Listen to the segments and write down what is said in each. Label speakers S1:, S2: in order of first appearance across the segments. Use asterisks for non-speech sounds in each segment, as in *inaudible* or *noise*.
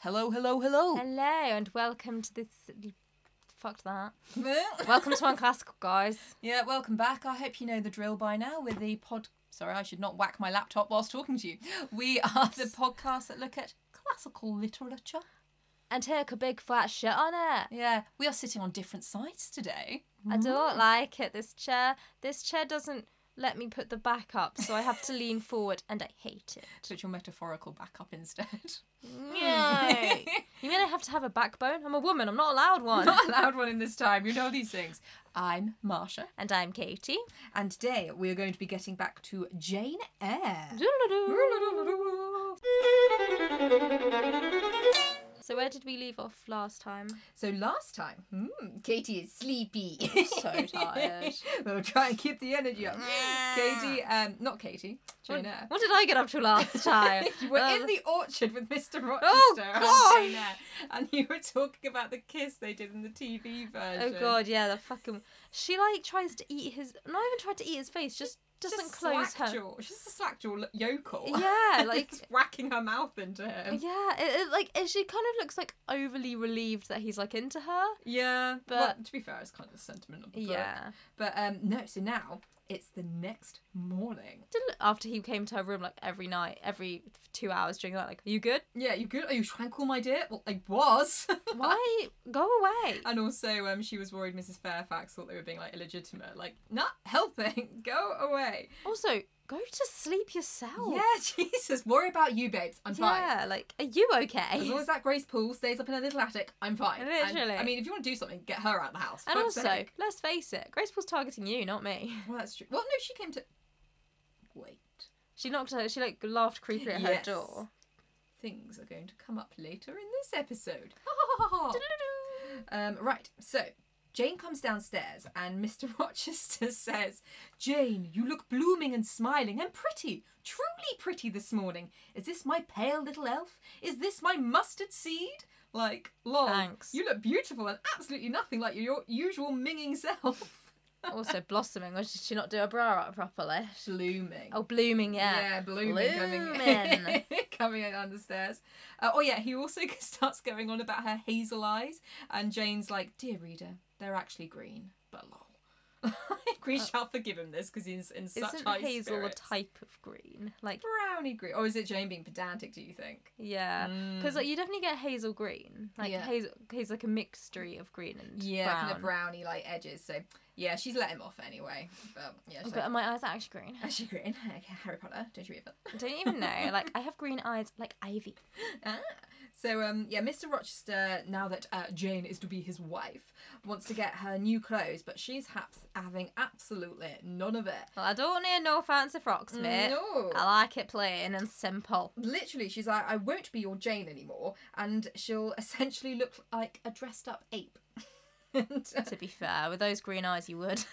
S1: Hello, hello, hello.
S2: Hello and welcome to this. Fucked that. Welcome to Unclassical, guys.
S1: yeah, welcome back. I hope you know the drill by now with the pod. Sorry, I should not whack my laptop whilst talking to you. We are the podcast that look at classical literature.
S2: And take a big flat shit on it.
S1: Yeah, we are sitting on different sides today.
S2: I don't like it. This chair, this chair doesn't let me put the back up, so I have to lean forward, and I hate it.
S1: Put your metaphorical back up instead. *laughs*
S2: Yay. you mean I have to have a backbone? I'm a woman. I'm not allowed *laughs* one.
S1: Not a loud one in this time. You know these things. I'm Marsha,
S2: and I'm Katie.
S1: and today we are going to be getting back to Jane *laughs* Eyre.
S2: So where did we leave off last time?
S1: So last time, hmm, Katie is
S2: *laughs*
S1: sleepy.
S2: So tired.
S1: *laughs*
S2: Ah.
S1: we'll try and keep the energy up. Katie, um, not Katie,
S2: What,
S1: Jane
S2: *laughs*
S1: Eyre.
S2: what did I get up to *laughs* last time?
S1: *laughs* you were
S2: Uh,
S1: in the orchard with Mr. Rochester
S2: Oh,
S1: on Jane Eyre, *laughs* and you were talking about the kiss they did in the TV
S2: Oh
S1: version.
S2: god, yeah, the fucking. She like tries to eat his. Not even tried to eat his face. Just doesn't
S1: Just
S2: close her.
S1: slackjaw. She's a slackjaw lo-
S2: *laughs*
S1: yokel.
S2: Yeah,
S1: *laughs*
S2: like.
S1: Just whacking her mouth into him.
S2: Yeah, it, it, like it- she kind of looks like overly relieved that he's like into her.
S1: Yeah, but
S2: But-
S1: to be fair, it's kind of the sentiment of the book.
S2: Yeah.
S1: But um, no, so now it's the next morning.
S2: Didn't- After he came to her room like every night, every two hours during that, like, are you good? *laughs*
S1: Yeah, you good? Are you tranquil, my dear? Well, I was. *laughs*
S2: Why? Go away.
S1: and also, um, she was worried Mrs. Fairfax thought they were being like illegitimate, like not helping. *laughs* Go away.
S2: Also, go to sleep yourself.
S1: Yeah, *laughs* Jesus. Worry about you, babes. I'm fine.
S2: Oh. Yeah, like, are you
S1: As long
S2: okay?
S1: as that Grace Poole stays up in her little attic, I'm fine. And,
S2: Literally.
S1: I mean, if you want to do something, get her out of the house.
S2: And
S1: Fuck's
S2: also,
S1: sake.
S2: let's face it, Grace was targeting you, not me. *laughs*
S1: well, that's true. Well, no, she came to. Wait.
S2: She knocked her. She like laughed creepily at
S1: Yes.
S2: her *laughs* door.
S1: Things are going to come up later in this episode. Um, right, so Jane comes downstairs and Mr. *laughs* Rochester says, Jane, you look blooming and smiling and pretty, truly pretty this morning. Is this my pale little elf? Is this my mustard seed? Like, lol.
S2: Thanks.
S1: You look beautiful and absolutely nothing like your usual minging *laughs* self.
S2: also blossoming, or did she not do her bra up properly?
S1: Blooming.
S2: Oh, blooming, yeah.
S1: Yeah, blooming, coming *laughs*
S2: Blooming.
S1: coming in down the stairs. Uh, oh yeah, he also *laughs* starts going on about her hazel eyes, and Jane's like, "Dear reader, they're actually green, but lol." *laughs* we shall forgive him this because he's in such
S2: Uh. Isn't
S1: high
S2: hazel
S1: spirits.
S2: a type of green? Like,
S1: Brownie green, or is it Jane being pedantic? Do you think?
S2: yeah, because like you definitely get hazel green. Like
S1: Mm. Yeah.
S2: hazel, hazel, like a mixture of green and
S1: Yeah,
S2: brown.
S1: kind of browny like edges. So yeah, she's let him off anyway. But yeah, she's
S2: But
S1: like,
S2: are my eyes are
S1: *laughs*
S2: actually green.
S1: actually green. Okay, Harry Potter, don't you read that?
S2: I don't even
S1: *laughs*
S2: know. Like I have green eyes, like ivy.
S1: Ah. So um yeah, Mr. Rochester, now that uh, Jane is to be his wife, wants to get her new clothes, but she's haps having absolutely none of it.
S2: Well, I don't need no fancy frocks,
S1: Mm,
S2: mate.
S1: No.
S2: I like it plain and simple.
S1: Literally, she's like, I won't be your Jane anymore, and she'll *laughs* essentially look like a dressed up ape. *laughs* and uh,
S2: To be fair, with those green eyes,
S1: *laughs*
S2: you would.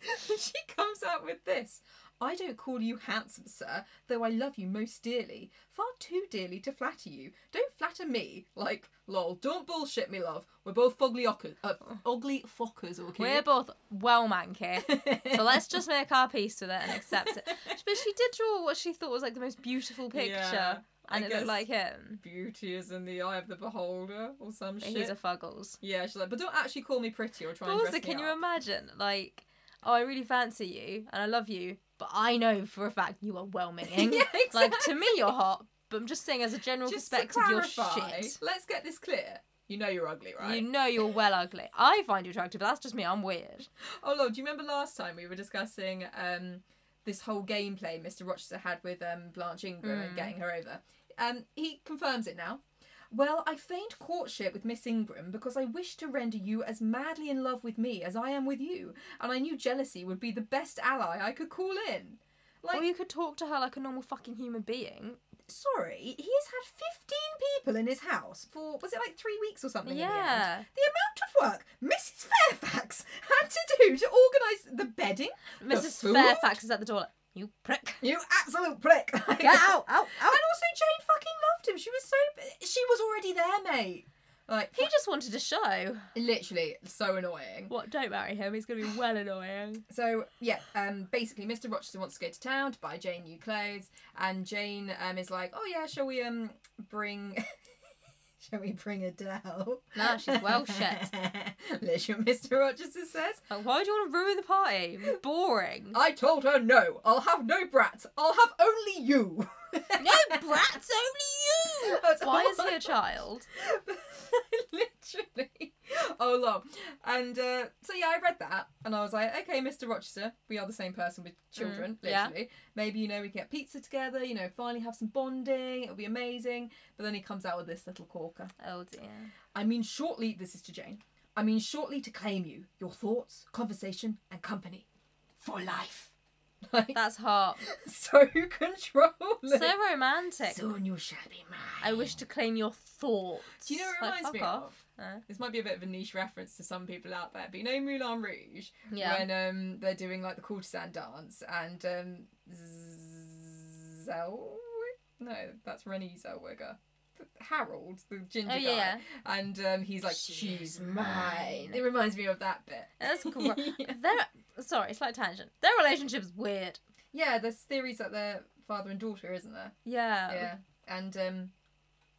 S1: she comes out with this. I don't call you handsome, sir, though I love you most dearly, far too dearly to flatter you. Don't flatter me, like lol. Don't bullshit me, love. We're both fogly ockers, uh, ugly fockers, okay?
S2: We're both well manky.
S1: *laughs*
S2: so let's just make our peace with it and accept it. But she did draw what she thought was like the most beautiful picture,
S1: Yeah, I
S2: and it
S1: guess
S2: looked like him.
S1: beauty is in the eye of the beholder or some
S2: But
S1: shit.
S2: he's a fuggles.
S1: Yeah, she's like, but don't actually call me pretty or try
S2: But
S1: and dress
S2: also,
S1: me
S2: can you
S1: up."
S2: imagine? Like, oh, I really fancy you and I love you, but I know for a fact you
S1: *laughs*
S2: are well meaning.
S1: yeah, exactly.
S2: Like to me, you're hot, but I'm just saying as a general
S1: Just to
S2: perspective, you're
S1: clarify,
S2: shit.
S1: Let's get this clear. You know you're ugly, right?
S2: You know you're well ugly. I find you attractive, but that's just me. I'm weird.
S1: Oh lord, do you remember last time we were discussing um this whole gameplay Mr. Rochester had with um Blanche Ingram and
S2: Mm.
S1: getting her over? Um he confirms it now. Well, I feigned courtship with Miss Ingram because I wished to render you as madly in love with me as I am with you, and I knew jealousy would be the best ally I could call in. Like,
S2: or you could talk to her like a normal fucking human being.
S1: sorry, he has had 15 people in his house for, was it like three weeks or something? in the end?
S2: Yeah.
S1: The amount of work Mrs. Fairfax *laughs* had to do to organise the bedding, The
S2: Mrs.
S1: food?
S2: Fairfax is at the door. Like, you
S1: *laughs*
S2: prick.
S1: You absolute prick! *laughs*
S2: Get out, out, out.
S1: And also, Jane fucking loved him. She was so. She was already there, mate. Like
S2: He just wanted a show.
S1: literally so annoying.
S2: What? Don't marry him. He's gonna be well annoying.
S1: So yeah, um, basically, Mr. Rochester wants to go to town to buy Jane new clothes, and Jane um is like, oh yeah, shall we um bring. *laughs* Shall we bring her down?
S2: Nah, she's well shit.
S1: *laughs* Listen, Mr. Rochester says,
S2: Like, why do you want to ruin the party?
S1: *laughs*
S2: Boring.
S1: I told her no. I'll have no brats. I'll have only you. *laughs*
S2: no brats, only you.
S1: That's
S2: *laughs* Why
S1: all
S2: is he a child?
S1: *laughs* Literally. Oh, lol. And uh, so, yeah, I read that and I was like, okay, Mr. Rochester, we are the same person with children,
S2: Mm, yeah.
S1: literally. Maybe, you know, we can get pizza together, you know, finally have some bonding. It'll be amazing. But then he comes out with this little corker.
S2: Oh dear.
S1: I mean, shortly, this is to Jane. I mean, shortly to claim you, your thoughts, conversation, and company for life. *laughs* Like,
S2: That's hot.
S1: so *laughs* controlling. *laughs*
S2: So romantic.
S1: Soon you shall be mine.
S2: I wish to claim your thoughts.
S1: Do you know what it
S2: Like,
S1: reminds
S2: fuck
S1: me
S2: off.
S1: of?
S2: Huh?
S1: This might be a bit of a niche reference to some people out there, but you know Moulin Rouge
S2: Yeah.
S1: when um they're doing like the courtesan dance and um Zell no that's Renée Zellweger Harold the ginger
S2: Oh
S1: guy
S2: yeah.
S1: and um he's like she's mine it reminds me of that bit *laughs*
S2: That's cool. Their sorry, slight tangent. Their relationship's weird.
S1: yeah there's theories that they're father and daughter isn't there
S2: Yeah.
S1: yeah and um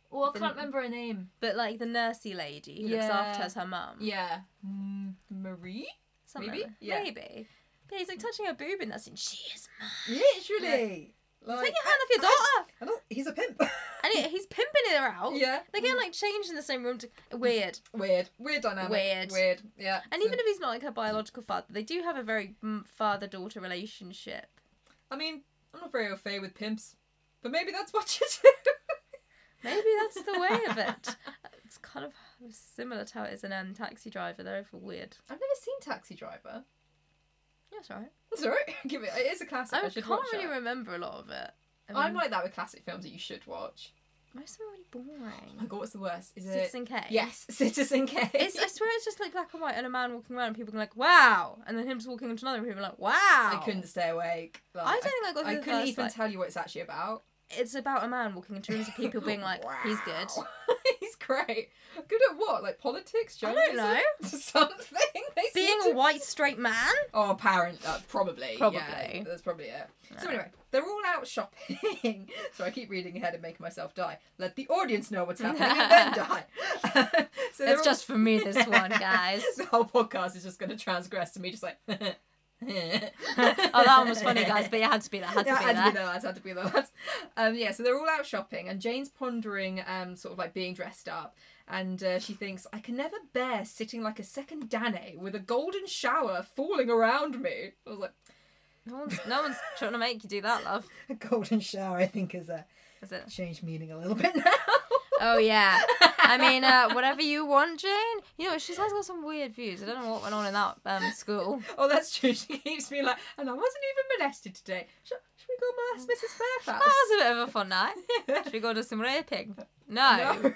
S1: oh I can't remember her name
S2: But like the nursey lady who looks after
S1: Yeah.
S2: her is her mum.
S1: yeah Mm, Marie
S2: Something
S1: Maybe?
S2: like that.
S1: Yeah.
S2: Maybe. But he's like touching her boob in that scene. She is mine.
S1: literally like
S2: Take your hand off your daughter.
S1: Oh, I don't- he's a pimp *laughs*
S2: And he- he's pimping her out.
S1: yeah
S2: They get like changed in the same room. To... Weird.
S1: Oh, Weird, weird dynamic.
S2: Weird.
S1: weird. Yeah.
S2: And
S1: So-
S2: even if he's not like her biological father, they do have a very mm, father-daughter relationship.
S1: I mean, I'm not very au fait with pimps, but maybe that's what you do.
S2: Maybe that's the way
S1: *laughs*
S2: of it. *laughs* It's kind of similar to how it is in um, Taxi Driver. They're over weird.
S1: I've never seen Taxi Driver.
S2: That's all right.
S1: That's alright. *laughs* Give it. It is a classic. I,
S2: I
S1: should
S2: can't
S1: watch
S2: really
S1: it.
S2: remember a lot of it. I
S1: I'm
S2: mean,
S1: like that with classic films that you should watch.
S2: most of them are really
S1: Oh
S2: boring.
S1: my god, what's the worst? Is it?
S2: Citizen Kane.
S1: Yes, *laughs* Citizen Kane.
S2: It's, I swear it's just like black and white and a man walking around and people going like, wow. And then him just walking into another room and people like, wow.
S1: *laughs* I couldn't stay awake. Like,
S2: I don't think I
S1: I,
S2: got through the
S1: couldn't
S2: first,
S1: even
S2: like-
S1: tell you what it's actually
S2: *laughs*
S1: about.
S2: It's about a man walking into rooms of people
S1: *laughs*
S2: being *laughs* like, he's good.
S1: Wow. he's great. Good at what? Like politics,
S2: I don't
S1: journalism, *laughs*
S2: know.
S1: something. They seem
S2: Being
S1: to
S2: a white straight man? *laughs*
S1: Oh, apparent. Uh, probably.
S2: Probably.
S1: Yeah, that's probably it. So
S2: Yeah.
S1: anyway, they're all out shopping. *laughs* so I keep reading ahead and making myself die. Let the audience know what's happening and then
S2: *laughs*
S1: die. *laughs* so they're
S2: That's just for me, this
S1: *laughs*
S2: one, *laughs* guys.
S1: the whole podcast is just going to transgress to me, just
S2: *laughs*
S1: like. *laughs* oh,
S2: oh, that one was funny, guys, but it had to be that. Had to
S1: yeah,
S2: be
S1: had to
S2: that.
S1: be the lads, had to be the lads. Um, yeah, so they're all out shopping, and Jane's pondering, um, sort of like being dressed up, and uh, she thinks, "I can never bear sitting like a second Danae with a golden shower falling around me." I was like,
S2: No one's, no one's trying to make you do that, love.
S1: A golden shower, I think, has uh,
S2: Is it?
S1: changed meaning a little bit now.
S2: Oh yeah. I mean, *laughs* uh, whatever you want, Jane. You know, she has got some weird views. I don't know what went on in that um, school.
S1: *laughs*
S2: *laughs*
S1: oh, that's true. She keeps being like, and I wasn't even molested today. Should, should we go molest Mrs.
S2: That
S1: Fairfax?
S2: was a bit of a fun night. *laughs* Should we go do some raping? No.
S1: no.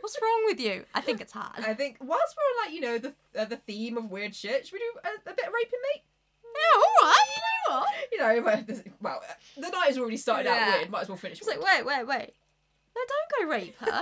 S2: What's wrong with you? I think it's hard.
S1: *laughs* I think whilst we're on like you know the uh, the theme of weird shit, should we do a, a bit of raping, mate?
S2: *laughs* Yeah, all right. You know what?
S1: You know, well, this, well uh, the night has already started out
S2: Yeah.
S1: weird. Might as well finish.
S2: She's like, wait, wait, wait. No, don't go rape *laughs* her.
S1: *laughs*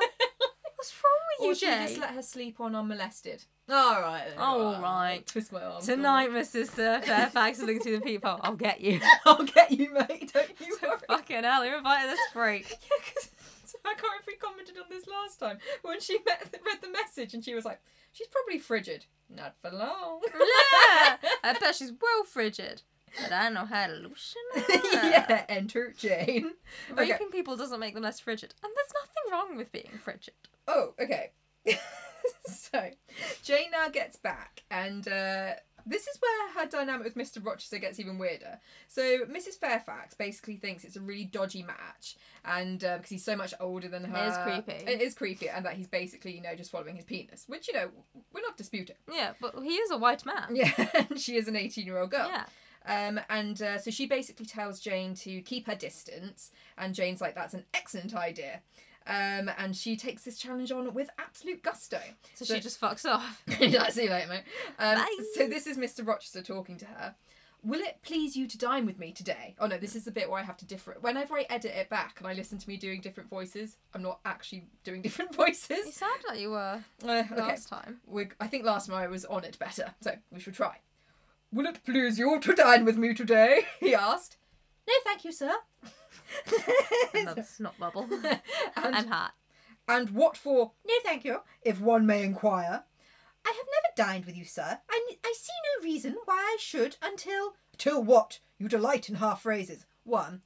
S2: What's wrong
S1: or
S2: with
S1: should
S2: you,
S1: we just
S2: Jane?
S1: let her sleep on unmolested? All right. Then,
S2: Oh, all right.
S1: Twist my arm.
S2: Tonight, my sister Fairfax is looking through the peephole. I'll get *laughs* you.
S1: *laughs* I'll get you, mate. Don't you worry.
S2: Fucking hell, who invited this
S1: *laughs*
S2: freak?
S1: Yeah, 'cause- so I can't remember if we commented on this last time when she met, read the message and she was like, "She's probably frigid, not for long."
S2: Yeah, I bet she's well frigid. But I know how to loosen *laughs* her.
S1: *laughs* yeah, enter Jane.
S2: Raping
S1: Okay.
S2: people doesn't make them less frigid. And there's nothing wrong with being frigid.
S1: Oh, okay. *laughs* so Jane now gets back, and uh, this is where her dynamic with Mr. Rochester gets even weirder. So Mrs. Fairfax basically thinks it's a really dodgy match, and because he's so much older than her,
S2: is creepy.
S1: It is creepy, and that he's basically you know just following his penis, which you know we're not disputing.
S2: Yeah, but he is a white man.
S1: Yeah, *laughs* and she is an 18 year old girl.
S2: Yeah.
S1: Um, and uh, so she basically tells Jane to keep her distance, and Jane's like, that's an excellent idea. Um, and she takes this challenge on with absolute gusto.
S2: So,
S1: So-
S2: she just fucks off. *laughs*
S1: *laughs* I see you later, mate. Um,
S2: Bye.
S1: so this is Mr. Rochester talking to her. Will it please you to dine with me today? Oh no, this is the bit where I have to differ. Whenever I edit it back and I listen to me doing different voices, I'm not actually doing *laughs* different
S2: You
S1: voices.
S2: sound like you were
S1: Uh, okay,
S2: last time.
S1: we I think last time I was on it better, so we should try. Will it please you to dine with me today? *laughs* He asked. *laughs* No, thank you, sir.
S2: *laughs* Another snot bubble.
S1: and,
S2: I'm hot.
S1: And what for? No, thank you, if one may inquire. I have never dined with you, sir, and I see no reason why I should until. Till what? You delight in half phrases. One,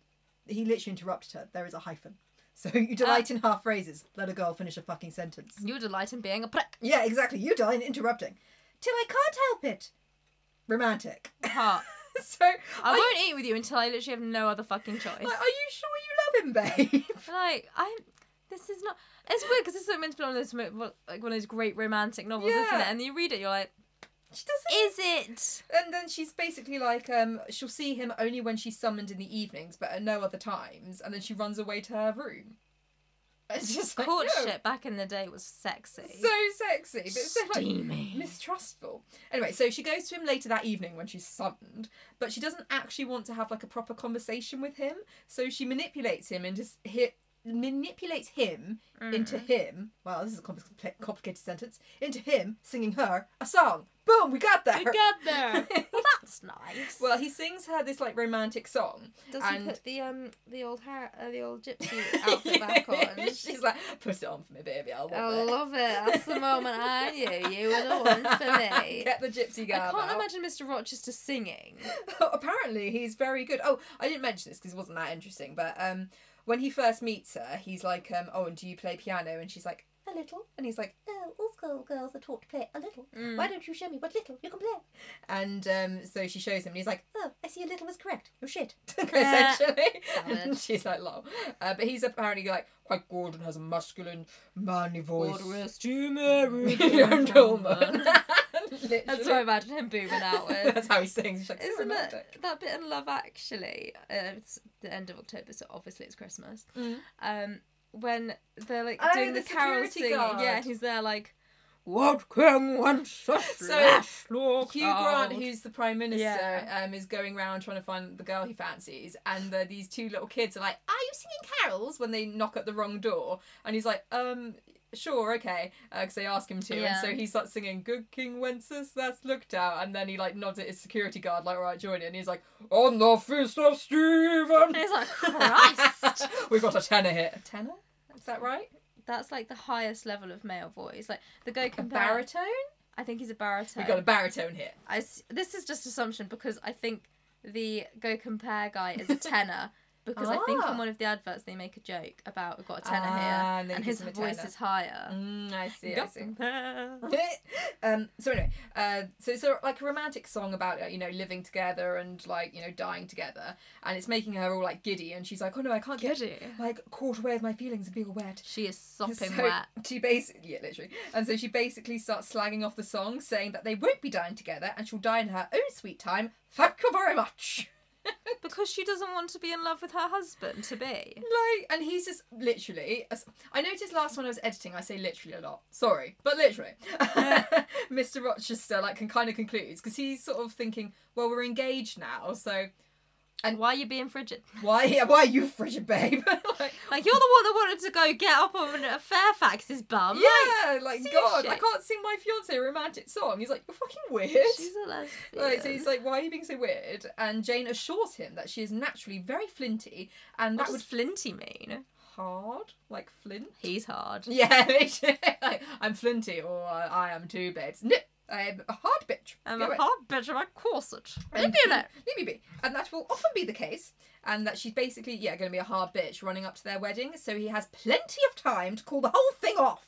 S1: he literally interrupted her. There is a hyphen. So *laughs* you delight in half phrases. Let a girl finish a fucking sentence.
S2: You delight in being a prick.
S1: Yeah, exactly. You delight in interrupting. Till I can't help it. Romantic. *laughs*
S2: *laughs* Heart.
S1: so,
S2: I
S1: are, you-
S2: won't eat with you until I literally have no other fucking choice.
S1: like, are you sure you love him, babe? *laughs*
S2: like I'm. This is not. It's weird because this is meant to be one of those mo- like one of those great romantic novels, isn't
S1: Yeah.
S2: it? And you read it, you're like,
S1: She doesn't.
S2: is it?
S1: And then she's basically like, um, she'll see him only when she's summoned in the evenings, but at no other times. And then she runs away to her room. It's just like, no,
S2: Courtship back in the day was sexy. *laughs*
S1: so sexy, but so like
S2: Steamy.
S1: mistrustful. Anyway, so she goes to him later that evening when she's summoned, but she doesn't actually want to have like a proper conversation with him. So she manipulates him into s- hi- manipulates him
S2: Mm.
S1: into him. Wow, this is a compli- complicated sentence. Into him singing her a song. Boom, we got there.
S2: We got there. well, that's nice.
S1: Well, he sings her this like romantic song.
S2: does
S1: he and- put
S2: the um the old hat, uh, the
S1: *laughs*
S2: old *laughs* gypsy
S1: She's like, put it on for me, baby. I'll love
S2: love it. Oh, That's
S1: the moment
S2: I knew you
S1: it. *laughs* Get the gypsy
S2: I
S1: girl.
S2: can't
S1: out.
S2: imagine Mr. Rochester singing.
S1: *laughs* Apparently, he's very good. Oh, I didn't mention this because it wasn't that interesting, but um, when he first meets her, he's like, um, "Oh, and do you play piano?" And she's like, "A little." And he's like, "Oh, all schoolgirls are taught to play a little.
S2: Mm.
S1: Why don't you show me what little you can play?" And um, so she shows him, and he's like, "Oh, I see a little was correct. You're
S2: *laughs*
S1: shit." *laughs* essentially, and
S2: Savage.
S1: *laughs* she's like, "Lol." Uh, but he's apparently like quite good and has a masculine, manly voice. *laughs* William
S2: *laughs*
S1: Dolman.
S2: That's
S1: *laughs* Literally.
S2: what I imagine him booming out
S1: *laughs*
S2: with.
S1: That's how he sings. She's like, "So
S2: Isn't
S1: romantic."
S2: it that bit in Love Actually? Uh, it's the end of October, so obviously it's Christmas.
S1: Mm.
S2: Um, when they're like
S1: Oh,
S2: doing
S1: the
S2: the, carol
S1: security
S2: singing,
S1: guard.
S2: yeah, and he's there like, "What king wants a slash look
S1: Hugh Grant,
S2: out?"
S1: who's the prime minister,
S2: Yeah.
S1: um, is going around trying to find the girl he fancies, and uh, these two little kids are like, "Are you singing carols?" when they knock at the wrong door, and he's like, "Um, sure, okay," because they ask him to,
S2: Yeah.
S1: and so he starts singing "Good King Wenceslas that's looked out," and then he like nods at his security guard, like, "All right, join in," and he's like, "On the fist of Stephen."
S2: and
S1: *laughs*
S2: he's like, *laughs* "Christ!"
S1: We've got a tenor hit. A tenor? Is that right?
S2: That's like the highest level of male voice. Like the guy
S1: A
S2: compared.
S1: baritone?
S2: I think he's a baritone.
S1: We've got a baritone hit.
S2: I s- this is just assumption because I think the go compare guy
S1: *laughs*
S2: is a tenor because I think
S1: Ah.
S2: in one of the adverts they make a joke about we've got a tenor here
S1: Ah, and
S2: and,
S1: then it
S2: his
S1: gives him a
S2: voice
S1: tenor.
S2: is higher.
S1: Mm, I see. I
S2: Go *laughs*
S1: see.
S2: compare.
S1: um, so anyway, uh, so it's a, like a romantic song about uh, you know living together and like you know dying together, and it's making her all like giddy, and she's like, oh no, I can't get like caught away with my feelings and being wet.
S2: She is
S1: *laughs*
S2: sopping
S1: So
S2: wet.
S1: She basically, yeah, literally, and so she basically starts slagging off the song, saying that they won't be dying together, and she'll die in her own sweet time. Thank you very much.
S2: Because she doesn't want to be in love with her husband to be.
S1: Like, and he's just literally. I noticed last when I was editing, I say literally a lot. Sorry, but literally, *laughs* Mr. Rochester like can kind of concludes because he's sort of thinking, well, we're engaged now, so
S2: And why are you being *laughs* frigid?
S1: why *laughs* why are you frigid, babe? *laughs* like,
S2: Like you're the one that wanted to go get up on a Fairfax's bum.
S1: yeah, like
S2: seriously.
S1: God, I can't sing my fiance a romantic song. He's like, you're fucking weird.
S2: She's a lesbian.
S1: *laughs* Like, so he's like, why are you being so weird? And Jane assures him that she is naturally very flinty, and
S2: what
S1: that was
S2: does Flinty mean?
S1: hard, like flint.
S2: He's hard.
S1: Yeah, *laughs* literally. like, I'm flinty or I I am too, babes. No, I'm a hard bitch.
S2: I'm
S1: Go
S2: a
S1: away.
S2: hard bitch of a corset.
S1: And
S2: Leave me alone.
S1: Leave me be. And that will often be the case. And that she's basically, yeah, going to be a hard bitch running up to their wedding. So he has plenty of time to call the whole thing off.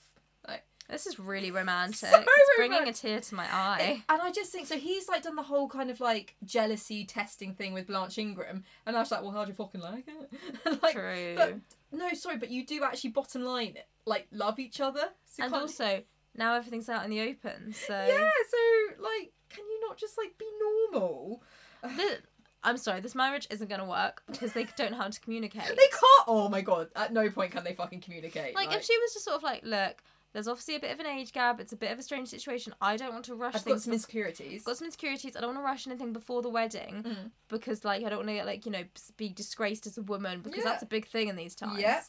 S1: Like,
S2: *laughs* This is really romantic.
S1: So
S2: it's bringing
S1: romantic.
S2: a tear to *laughs* my eye.
S1: And I just think, so he's like done the whole kind of like jealousy testing thing with Blanche Ingram. And I was like, well, how do you fucking like it? *laughs* And, like,
S2: True.
S1: but- no, sorry, but you do actually bottom line, like, love each other. So you
S2: and
S1: can't-
S2: also, now everything's out in the open, so
S1: Yeah,
S2: *laughs*
S1: so like, can you not just like be normal?
S2: Thi- I'm sorry, this marriage isn't going to work because they don't know how to communicate.
S1: They can't. Oh my god! At no point can they fucking communicate.
S2: like, if she was just sort of like, look, there's obviously a bit of an age gap. It's a bit of a strange situation. I don't want to rush
S1: I've got
S2: things.
S1: some insecurities.
S2: I've got some insecurities. I don't want to rush anything before the wedding
S1: Mm.
S2: because, like, I don't want to get like you know s- be disgraced as a woman because
S1: Yeah.
S2: that's a big thing in these times.
S1: Yeah.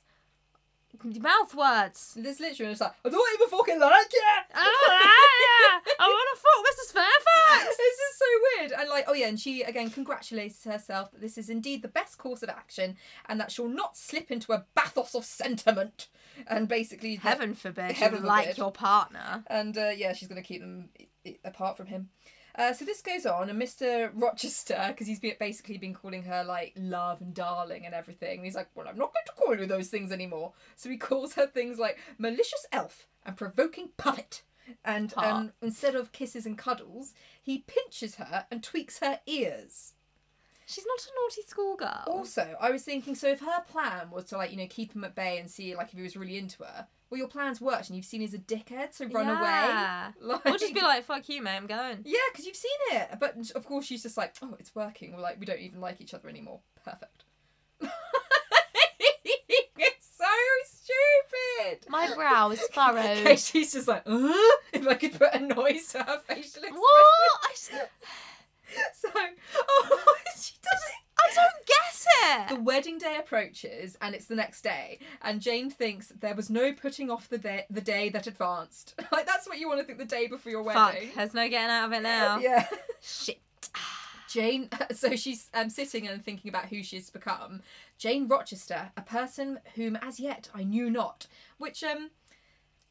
S1: *laughs*
S2: Mouth words.
S1: This literally is like, I don't even fucking like it.
S2: *laughs*
S1: *laughs*
S2: Ah, yeah. I want to fuck Mrs. Fairfax.
S1: this is so weird. And like, oh yeah, and she again congratulates herself that this is indeed the best course of action, and that she'll not slip into a bathos of sentiment. And basically,
S2: Heaven forbid
S1: *laughs* Heaven
S2: you like
S1: forbid.
S2: your partner.
S1: and uh, yeah, she's going to keep them i- i- apart from him. Uh, so this goes on, and Mr. Rochester, because he's be- basically been calling her like love and darling and everything, and he's like, Well, I'm not going to call you those things anymore. So he calls her things like malicious elf and provoking puppet. And
S2: Hot.
S1: um, instead of kisses and cuddles, he pinches her and tweaks her ears.
S2: She's not a naughty schoolgirl.
S1: Also, I was thinking, so if her plan was to like, you know, keep him at bay and see like if he was really into her, well, your plan's worked and you've seen he's a dickhead, so run *laughs*
S2: Yeah.
S1: away. Like,
S2: Or just be like, fuck you, mate,
S1: *laughs*
S2: I'm going.
S1: yeah, because you've seen it. But of course, she's just like, oh, it's working. We're like, we don't even like each other anymore. Perfect. *laughs* it's so stupid.
S2: My brow is furrowed.
S1: *laughs* Okay, she's just like, "Huh?" if I could put a noise to her facial expression.
S2: What? I, s-
S1: *laughs* So, oh, *laughs* she does it.
S2: I don't guess
S1: The
S2: it.
S1: wedding day approaches, and it's the next day. And Jane thinks there was no putting off the day, the day that advanced. *laughs* Like that's what you want to think the day before your
S2: Fuck,
S1: wedding.
S2: there's no getting out of it now.
S1: Yeah.
S2: *laughs* Shit.
S1: Jane, *laughs* so she's um, sitting and thinking about who she's become. Jane Rochester, a person whom as yet I knew not, which um,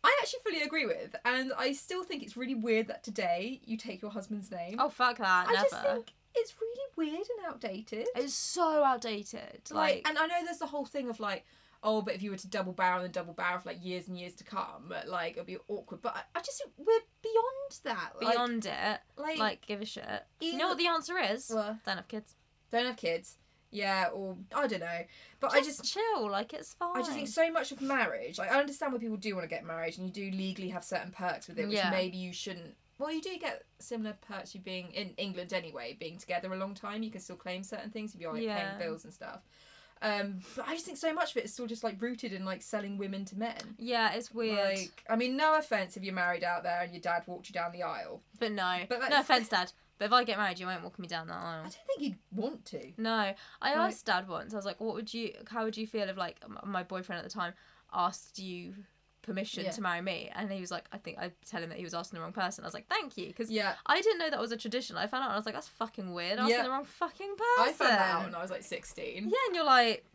S1: I actually fully agree with, and I still think it's really weird that today you take your husband's name.
S2: Oh, fuck that.
S1: I
S2: never.
S1: just think it's really weird and outdated.
S2: It's so outdated.
S1: Like,
S2: Like,
S1: and I know there's the whole thing of like, oh, but if you were to double barrel and double barrel for like years and years to come, like it'd be awkward. But I, I just think we're beyond that. Like,
S2: beyond it,
S1: like,
S2: like, give a shit. You
S1: either-
S2: know what the answer is?
S1: What?
S2: Don't have kids.
S1: don't have kids. Yeah, or I don't know. But I
S2: Just
S1: just
S2: chill. Like, it's fine.
S1: I just think so much of marriage. Like, I understand why people do want to get married, and you do legally have certain perks with it, which
S2: Yeah.
S1: maybe you shouldn't. Well, you do get similar perks. You being in England anyway, being together a long time, you can still claim certain things if you're like
S2: Yeah.
S1: paying bills and stuff. Um, but I just think so much of it is still just like rooted in like selling women to men.
S2: Yeah, it's weird.
S1: Like, I mean, no offense if you're married out there and your dad walked you down the aisle.
S2: but no.
S1: but
S2: no
S1: that's-
S2: offense, Dad. But if I get married, you won't walk me down that
S1: I
S2: aisle.
S1: don't think you'd want to.
S2: No, I
S1: Right.
S2: asked Dad once. I was like, "What would you? How would you feel if like m- my boyfriend at the time asked you permission
S1: Yeah.
S2: to marry me?" And he was like, "I think I would tell him that he was asking the wrong person." I was like, "Thank you," because
S1: Yeah,
S2: I didn't know that was a tradition. I found out. and I was like, "That's fucking weird." Asking
S1: Yeah.
S2: the wrong fucking
S1: I
S2: person.
S1: found that out when I was like sixteen.
S2: Yeah, and you're like,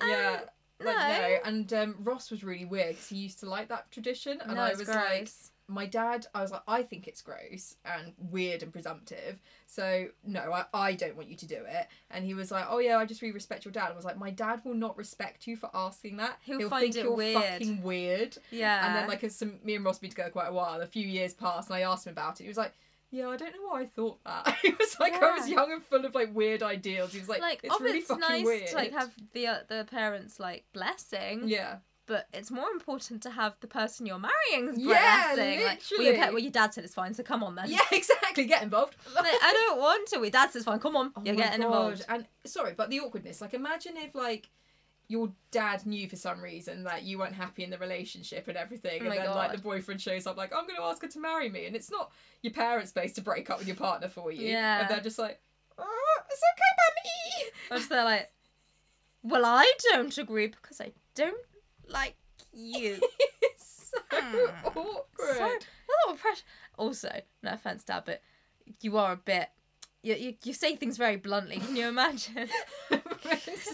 S2: um,
S1: Yeah. Like no,
S2: no.
S1: and um, Ross was really weird because he used to like that tradition, *laughs* and
S2: no,
S1: I
S2: it's
S1: was like,
S2: gross.
S1: my dad, I was like, I think it's gross and weird and presumptive, so no, I, I don't want you to do it. And he was like, oh yeah, I just really respect your dad. I was like, my dad will not respect you for asking that.
S2: He'll find it weird."
S1: fucking weird.
S2: yeah.
S1: And then like, as some, me and Ross been together quite a while. A few years passed, and I asked him about it. He was like. Yeah, I don't know why I thought that. *laughs* He was like, I was
S2: Yeah.
S1: young and full of like weird ideals. He was like,
S2: like,
S1: it's
S2: obviously
S1: really
S2: it's
S1: fucking
S2: nice
S1: weird.
S2: to like have the uh, the parents like blessing,
S1: yeah.
S2: but it's more important to have the person you're marrying's
S1: Yeah,
S2: blessing. Like, well, your,
S1: literally.
S2: pa- well, your dad said it's fine, so come on then.
S1: Yeah, *laughs* exactly. Get *laughs* involved.
S2: *laughs* Like, I don't want to. Your dad says fine. Come on,
S1: Oh
S2: you're
S1: my
S2: getting
S1: God.
S2: involved.
S1: And sorry, but the awkwardness. Like, imagine if like your dad knew for some reason that you weren't happy in the relationship and everything,
S2: Oh
S1: and
S2: my
S1: then like
S2: God.
S1: the boyfriend shows up like, I'm going to ask her to marry me, and it's not your parents' place to break up with your partner for you.
S2: Yeah.
S1: and they're just like, oh, it's okay, mummy.
S2: Or just they're like, well, I don't agree because I don't like you.
S1: *laughs* it's so
S2: Hmm.
S1: awkward.
S2: so, a lot of pressure. Also, no offense, Dad, but you are a bit. You, you, you say things very bluntly. Can
S1: *laughs*
S2: you imagine?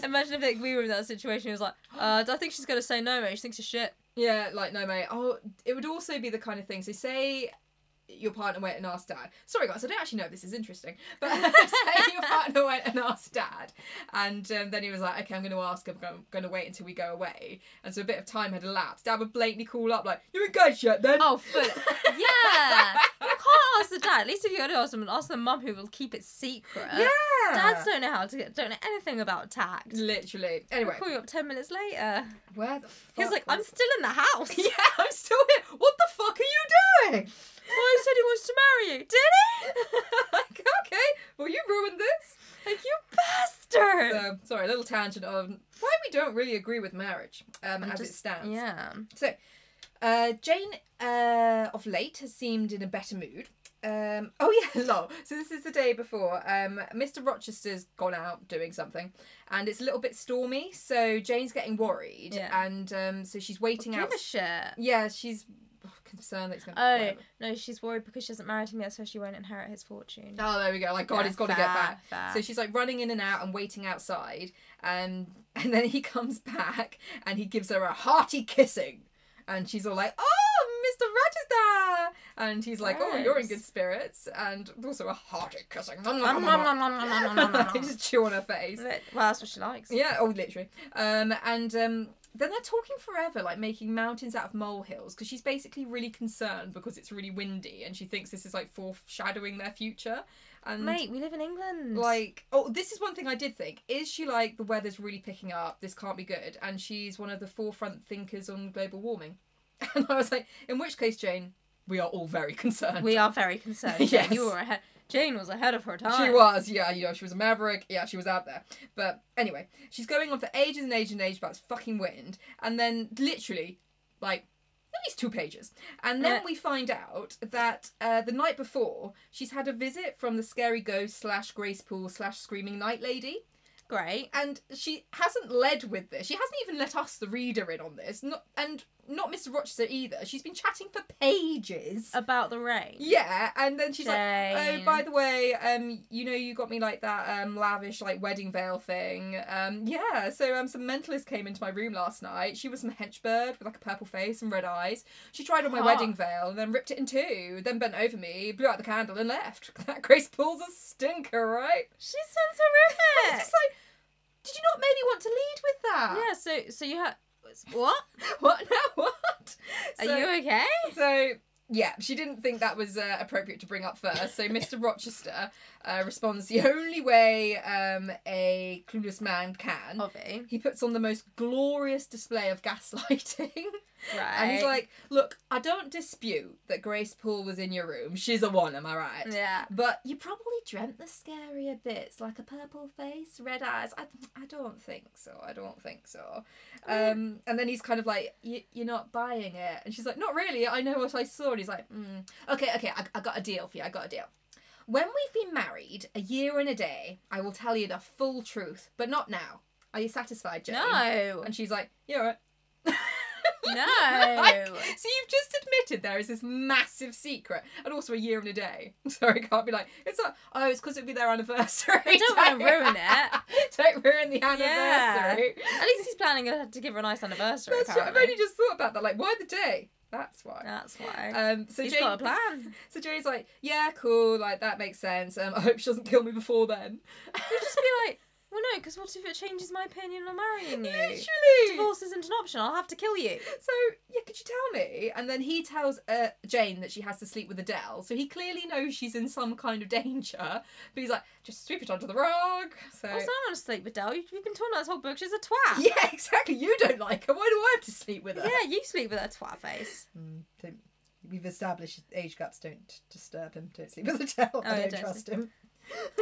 S2: imagine if like, we were in that situation. It was like, uh, I think she's gonna say no, mate. She thinks you're shit.
S1: Yeah, like no, mate. Oh, it would also be the kind of thing. So say your partner went and asked dad. Sorry, guys, I don't actually know if this is interesting, but *laughs* say
S2: *laughs*
S1: your partner went and asked dad, and um, then he was like, "Okay, I'm going to ask him. I'm going to wait until we go away." And so a bit of time had elapsed. Dad would blatantly call up like, "You're engaged yet?" Then
S2: Oh, full. yeah.
S1: *laughs*
S2: You can't ask the dad. At least if you're gonna ask them, ask the mum who will keep it secret.
S1: yeah,
S2: Dads don't know how to get. Don't know anything about tact.
S1: literally.
S2: I'll
S1: Anyway,
S2: call you up ten minutes later.
S1: where the fuck?
S2: He's like, I'm
S1: was-
S2: still in the
S1: *laughs*
S2: house.
S1: Yeah, I'm still here. What the fuck are you doing? *laughs*
S2: I said he wants to marry you. Did
S1: *laughs* like, okay, well, you ruined this.
S2: he? Like you bastard.
S1: So, uh, sorry, a little tangent on why we don't really agree with marriage um,
S2: I'm
S1: as it
S2: just-
S1: stands.
S2: yeah.
S1: Uh, Jane, uh, of late, has seemed in a better mood. Um, *laughs* oh yeah, lol. So this is the day before. Um, Mr. Rochester's gone out doing something, and it's a little bit stormy. So Jane's getting worried,
S2: Yeah.
S1: and um, so she's waiting
S2: Give
S1: out.
S2: a shit.
S1: yeah, she's oh, concerned that it's going. to
S2: Oh no, she's worried because she hasn't married him yet, so she won't inherit his fortune.
S1: Oh, there we go. Like God,
S2: Yeah,
S1: he's got to get
S2: fair,
S1: back.
S2: fair.
S1: So she's like running in and out and waiting outside, um, *laughs* and then he comes back and he gives her a hearty kissing, and she's all like, "Oh, Mr. Rochester," and he's like, "Oh, you're in
S2: Gross.
S1: good spirits," and also a hearty kissing.
S2: Nom, nom, nom, nom, nom, nom,
S1: *laughs*
S2: nom, nom,
S1: They
S2: nom.
S1: just chew on her face.
S2: Well, that's what she likes.
S1: Yeah, oh, literally. Um, and um, then they're talking forever, like making mountains out of molehills, because she's basically really concerned because it's really windy, and she thinks this is like foreshadowing their future. And
S2: Mate, we live in England.
S1: like, oh, this is one thing I did think: is she like the weather's really picking up? This can't be good, and she's one of the forefront thinkers on global warming. *laughs* And I was like, in which case, Jane, we are all very concerned. *laughs*
S2: we are very concerned. Jane.
S1: Yes.
S2: You were ahead. Jane was ahead of her time.
S1: She was, yeah, you know, she was a maverick, yeah, she was out there. But anyway, she's going on for ages and ages and ages about this fucking wind, and then literally, like, at least two pages. And then
S2: Yeah.
S1: we find out that uh, the night before, she's had a visit from the scary ghost slash Grace Pool slash screaming night lady,
S2: great.
S1: and she hasn't led with this. She hasn't even let us, the reader, in on this, not, and not Mr. Rochester either. She's been chatting for pages.
S2: About the rain.
S1: yeah, and then she's like, Oh,
S2: Jane.
S1: by the way, um, you know, you got me like that um lavish like wedding veil thing. Um, yeah. So um, some mentalist came into my room last night. She was some henchbird with like a purple face and red eyes. She tried on my
S2: Hot.
S1: wedding veil and then ripped it in two. Then bent over me, blew out the candle, and left. *laughs* That Grace Pool's a stinker, right?
S2: She sounds
S1: It's
S2: horrific.
S1: just like, did you not maybe want to lead with that?
S2: yeah. So, so you had what?
S1: *laughs* What now? What? So-
S2: Are you okay?
S1: So yeah, she didn't think that was uh, appropriate to bring up first. So
S2: *laughs*
S1: Mr. Rochester uh, responds the only way um, a clueless man can.
S2: Obvi.
S1: He puts on the most glorious display of gaslighting. *laughs*
S2: Right.
S1: And he's like, Look, I don't dispute that Grace Poole was in your room. She's a one, am I right?
S2: yeah.
S1: But you probably dreamt the scarier bits, like a purple face, red eyes. I, I don't think so. I don't think so. Um, and then he's kind of like, "You- You're not buying it. And she's like, Not really. I know what I saw. And he's like, mm, Okay, okay. I, I got a deal for you. I got a deal. When we've been married a year and a day, I will tell you the full truth, but not now. Are you satisfied, Jane?
S2: No.
S1: And she's like, Yeah, all right. *laughs*
S2: No.
S1: So you've just admitted there is this massive secret, and also a year and a day. *laughs* I'm sorry, I can't be like it's not. Oh, it's because it'd be their anniversary.
S2: I don't want to ruin it.
S1: it. *laughs* don't ruin the anniversary.
S2: At least he's planning a- to give her a nice anniversary.
S1: That's right. I've
S2: apparently.
S1: only just thought about that. Like, why the day? That's why.
S2: That's why.
S1: Um, so
S2: he's
S1: Jane,
S2: got a plan.
S1: so Jane's like, yeah, cool, like that makes sense. Um, *laughs* I hope she doesn't kill me before then. *laughs*
S2: You'd just be like, well, no, because what if it changes my opinion on marrying you?
S1: Literally.
S2: Divorce isn't an option. I'll have to kill you.
S1: So yeah, could you tell me? And then he tells uh, Jane that she has to sleep with Adele. So he clearly knows she's in some kind of danger, but he's like, just sweep it under the rug. So
S2: Also, I don't want to sleep with Dell. You, you've been talking about this whole book. She's a
S1: *laughs*
S2: twat.
S1: yeah, exactly. You don't like her. Why do I have to sleep with her?
S2: Yeah, you sleep with a twat face. *laughs*
S1: don't, we've established age gaps. Don't disturb him. Don't sleep with Adele. I
S2: yeah,
S1: don't
S2: Oh, don't
S1: trust him. *laughs*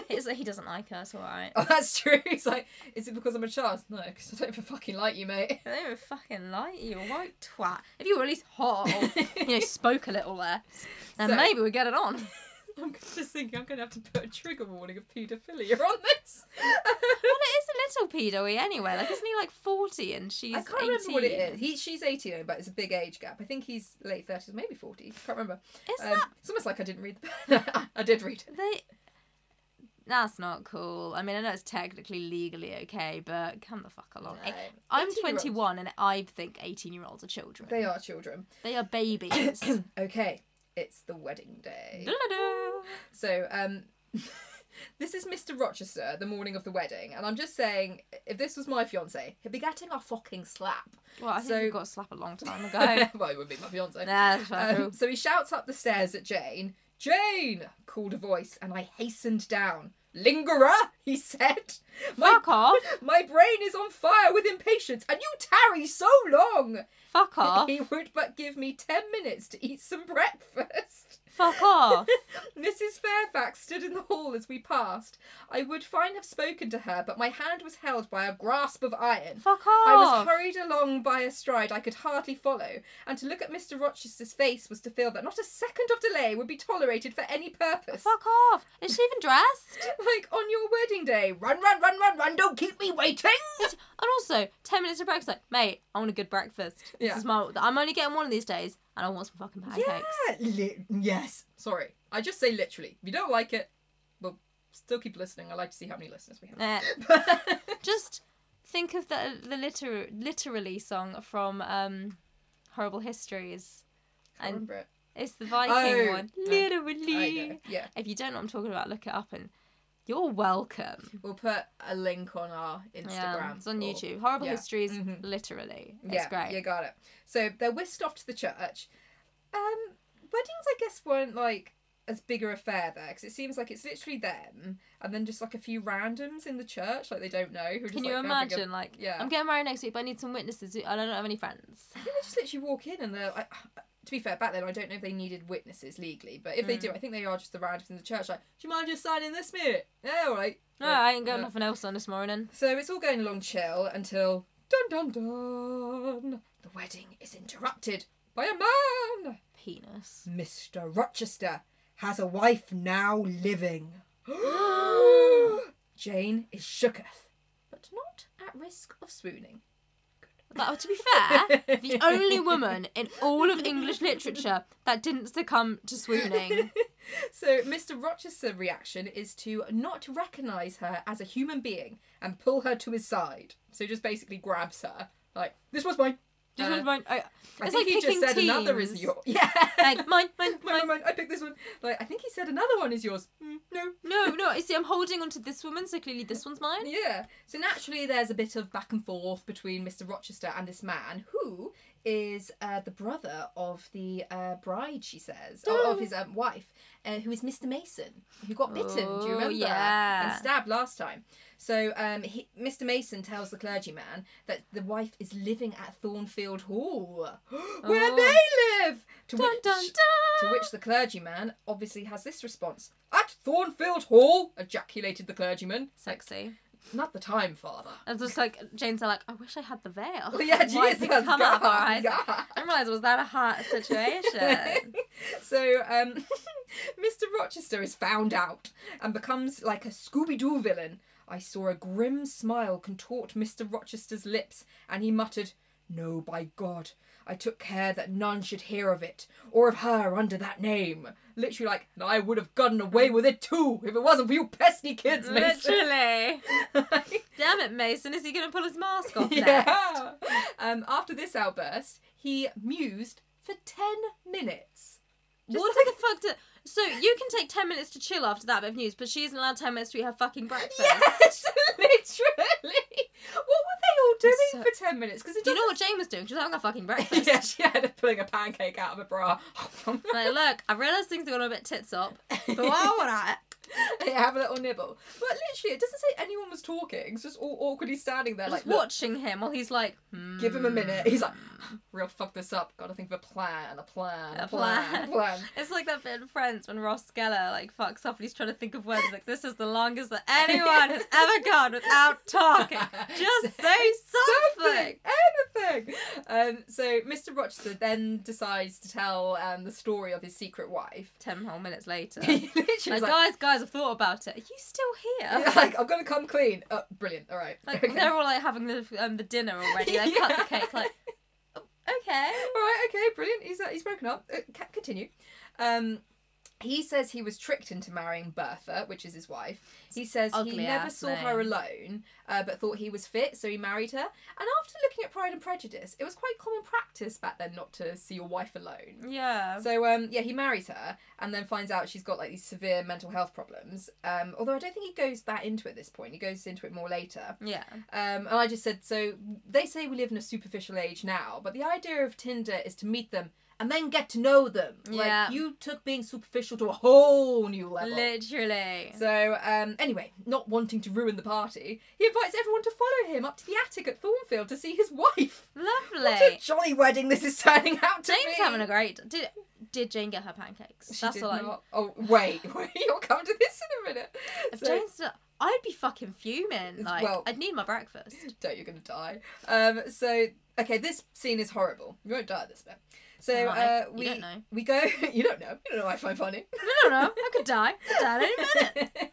S2: It's like he doesn't like her, it's alright.
S1: Oh, that's true. He's like, is it because I'm a child? No, because I don't even fucking like you,
S2: *laughs*
S1: mate.
S2: I don't even fucking like you, a white twat. If you were at least
S1: *laughs*
S2: hot or, you know, spoke a little less, then
S1: So-
S2: maybe we'd get it on. *laughs*
S1: I'm just thinking I'm going to have to put a trigger warning of paedophilia on this. *laughs*
S2: Well, it is a little pedo anyway. Like, isn't he like 40 and she's
S1: I can't
S2: 18?
S1: remember what it is. He, she's 18, but it's a big age gap. I think he's late 30s, maybe 40. Can't remember.
S2: Is
S1: Um,
S2: that...
S1: It's almost like I didn't read the. *laughs* I did read it.
S2: They... That's not cool. I mean, I know it's technically legally okay, but come the fuck along. Eh,
S1: No.
S2: I'm
S1: 18-year-olds.
S2: 21 and I think 18 year olds are children.
S1: They are children.
S2: They
S1: *coughs*
S2: are babies.
S1: okay, it's the wedding day.
S2: Da-da-da.
S1: So, um, *laughs* this is Mr. Rochester, the morning of the wedding, and I'm just saying, if this was my fiance, he'd be getting a fucking slap.
S2: Well, I think
S1: So-
S2: we got a slap a long
S1: *laughs*
S2: time ago. *laughs*
S1: well, it would be my fiance.
S2: nah, that's fine,
S1: Um,
S2: cool.
S1: so he shouts up the stairs at Jane. Jane! called a voice, and I hastened down. Lingerer, he said. My,
S2: Fuck off.
S1: *laughs* my brain is on fire with impatience, and you tarry so long!
S2: Fuck off.
S1: He would but give me ten minutes to eat some breakfast. *laughs*
S2: Fuck off.
S1: Mrs. Fairfax stood in the hall as we passed. I would fine have spoken to her, but my hand was held by a grasp of iron.
S2: Fuck off.
S1: I was hurried along by a stride I could hardly follow, and to look at Mr. Rochester's face was to feel that not a second of delay would be tolerated for any purpose.
S2: Fuck off. Is she even dressed?
S1: Like on your wedding day, run, run, run, run, run, don't keep me waiting!
S2: And also, 10 minutes of breakfast. Like, mate, I want a good breakfast.
S1: Yeah.
S2: This is my, I'm only getting one of these days, and I want some fucking pancakes.
S1: Yeah, li- yes. Sorry, I just say literally. If you don't like it, well, still keep listening. I like to see how many listeners we have. *laughs*
S2: Eh, *laughs*
S1: But-
S2: just think of the, the liter- literally song from um, Horrible Histories. And-
S1: remember it.
S2: It's the Viking
S1: Oh,
S2: one.
S1: no. I
S2: Literally.
S1: know. Yeah,
S2: If you don't know what I'm talking about, look it up and you're welcome.
S1: we'll put a link on our Instagram.
S2: Yeah, it's on
S1: or-
S2: YouTube. Horrible
S1: yeah,
S2: Histories,
S1: mhm.
S2: literally. It's
S1: yeah,
S2: great.
S1: You got it. So they're whisked off to the church. Um, weddings, I guess, weren't like as bigger a affair there because it seems like it's literally them and then just like a few randoms in the church, like they don't know. Who are just,
S2: Can you
S1: like, having a-
S2: imagine? Like,
S1: Yeah.
S2: I'm getting married next week, but I need some witnesses. I don't have any friends.
S1: I think they just literally walk in and they're like, *sighs* to be fair, back then I don't know if they needed witnesses legally, but if they
S2: Mm.
S1: do, I think they are just the randoms in the church. Like, do you mind just signing this minute? Yeah, all right.
S2: No, I ain't got
S1: no.
S2: nothing else on this morning.
S1: So it's all going along chill until dun dun dun. The wedding is interrupted by a man.
S2: Penis.
S1: Mister Rochester has a wife now *gasps* living. Jane is shooketh, but not at risk of swooning.
S2: But oh, to be fair,
S1: *laughs*
S2: the only woman in all of English literature that didn't succumb to swooning.
S1: So Mr. Rochester's reaction is to not recognise her as a human being and pull her to his side. So just basically grabs her. Like, this was mine.
S2: Just
S1: Uh,
S2: was mine. I,
S1: I
S2: It's
S1: think
S2: like
S1: he just
S2: picking
S1: said another is
S2: teams.
S1: yours. *laughs* Yeah.
S2: *laughs* like mine,
S1: *laughs*
S2: mine,
S1: mine,
S2: mine.
S1: mine, mine. I picked this one. Like, I think he said another one is yours. Mm, no.
S2: No, no. You see, I'm holding onto this woman, so clearly this one's mine.
S1: Yeah. So naturally, there's a bit of back and forth between Mr. Rochester and this man, who is uh, the brother of the uh, bride, she says, or of his um, wife, uh, who is Mr. Mason, who got bitten. do
S2: Oh,
S1: you remember?
S2: yeah.
S1: And stabbed last time. So um, he, Mr. Mason tells the clergyman that the wife is living at Thornfield Hall, *gasps* where
S2: Oh.
S1: they live. To
S2: Dun
S1: which-
S2: dun dun.
S1: to which the clergyman obviously has this response. At Thornfield Hall, ejaculated the clergyman.
S2: Sexy.
S1: Not the time, father.
S2: And just like Jane's are like, I wish I had the veil.
S1: Oh, *laughs* yeah,
S2: *laughs* Why did
S1: Jesus,
S2: it come out of our
S1: God, *laughs*
S2: eyes?
S1: God.
S2: I realised was that a hot
S1: *laughs*
S2: situation.
S1: So, um, *laughs* Mr. Rochester is found out and becomes like a Scooby Doo villain. I saw a grim smile contort Mr. Rochester's lips, and he muttered, No, by God. I took care that none should hear of it, or of her under that name. Literally, like, and I would have gotten away with it too if it wasn't for you pesky kids, Mason.
S2: Literally.
S1: *laughs*
S2: Damn it, Mason. Is he going to pull his mask off next?
S1: yeah. *laughs* Um, after this outburst, he mused for 10 minutes. Just
S2: What
S1: like-
S2: the fuck? Do... So you can take ten minutes to chill after that bit of news, but she isn't allowed ten minutes to eat her fucking breakfast.
S1: *laughs* Yes, literally. What were they all doing
S2: So-
S1: for ten minutes? Because it
S2: Do you
S1: doesn't.
S2: know what Jane was doing? She was having her fucking
S1: *laughs*
S2: breakfast.
S1: yeah, she ended up pulling a pancake out of a bra.
S2: *laughs*
S1: *laughs*
S2: Like, look, I realise things are going a bit tits up, but while we're at it,
S1: yeah, have a little nibble. But literally, it doesn't say anyone was talking. It's just all awkwardly standing there,
S2: I'm
S1: like
S2: just
S1: "Look,
S2: watching him while he's like, hmm.
S1: Give him a minute. He's like, real fuck this up. Got to think of a plan, a plan, a
S2: Mm. A
S1: plan, a
S2: plan.
S1: plan.
S2: It's like that bit in Friends when Ross Geller like fucks up and he's trying to think of words. He's like, this is the longest that
S1: *laughs*
S2: anyone has ever gone without talking. Just say something.
S1: Something, anything. Um, so Mr. Rochester then decides to tell um, the story of his secret wife. *laughs*
S2: Ten whole minutes later.
S1: He literally was
S2: Like,
S1: like,
S2: guys, guys, I've thought about it. Are you still here? *laughs*
S1: Yeah, *laughs* like I'm gonna come clean. Oh, brilliant. All right. *laughs*
S2: Like
S1: okay.
S2: they're all like having the um, the dinner already. They cut
S1: *laughs*
S2: the
S1: Yeah.
S2: cake. Like, "Oh, okay.
S1: All right. Okay. Brilliant. He's uh, he's broken up. Uh, ca- continue. Um, he says he was tricked into marrying Bertha, which is his wife. He says he
S2: Ugly
S1: never
S2: ass
S1: saw her
S2: name.
S1: alone, uh, but thought he was fit, so he married her. And after looking at Pride and Prejudice, it was quite common practice back then not to see your wife alone.
S2: Yeah.
S1: So um yeah, he marries her and then finds out she's got like these severe mental health problems. Um, although I don't think he goes that into it at this point. He goes into it more later.
S2: yeah.
S1: Um, and I just said, so they say we live in a superficial age now, but the idea of Tinder is to meet them and then get to know them.
S2: Yeah.
S1: Like you took being superficial to a whole new level.
S2: Literally.
S1: So um, anyway, not wanting to ruin the party, he invites everyone to follow him up to the attic at Thornfield to see his wife. What a
S2: Lovely.
S1: jolly wedding this is turning out to
S2: Jane's
S1: be.
S2: having a great. Did Did Jane get her pancakes?
S1: She
S2: That's
S1: did
S2: all I.
S1: not- Oh wait, *laughs* wait, you'll come to this in a minute.
S2: If
S1: So-
S2: Jane's not, I'd be fucking fuming.
S1: It's-
S2: Like
S1: well-
S2: I'd need my breakfast.
S1: don't you're gonna die. Um, so okay, this scene is horrible. You won't die at this bit. So
S2: Right,
S1: uh,
S2: you
S1: we *laughs*
S2: don't know.
S1: we go. you don't know. You don't know. what I find funny.
S2: No, no, no. I could die. I could die at any minute.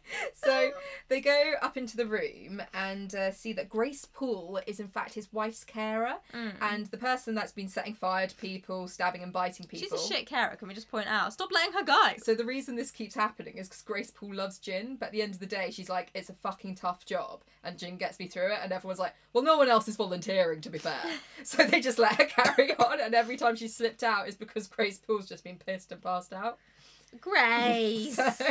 S1: *laughs* so they go up into the room and uh, see that Grace Poole is in fact his wife's carer
S2: *laughs* Mm.
S1: and the person that's been setting fire to people, stabbing and biting people.
S2: She's a shit carer. Can we just point out? Stop letting her go.
S1: So the reason this keeps happening is because Grace Poole loves Jin, but at the end of the day, she's like, "It's a fucking tough job," and Jin gets me through it. And everyone's like, "Well, no one else is volunteering, to be fair." so they just let her carry on, and every time she slipped out is because Grace Poole's just been pissed and passed out.
S2: *laughs* Grace.
S1: *laughs* So,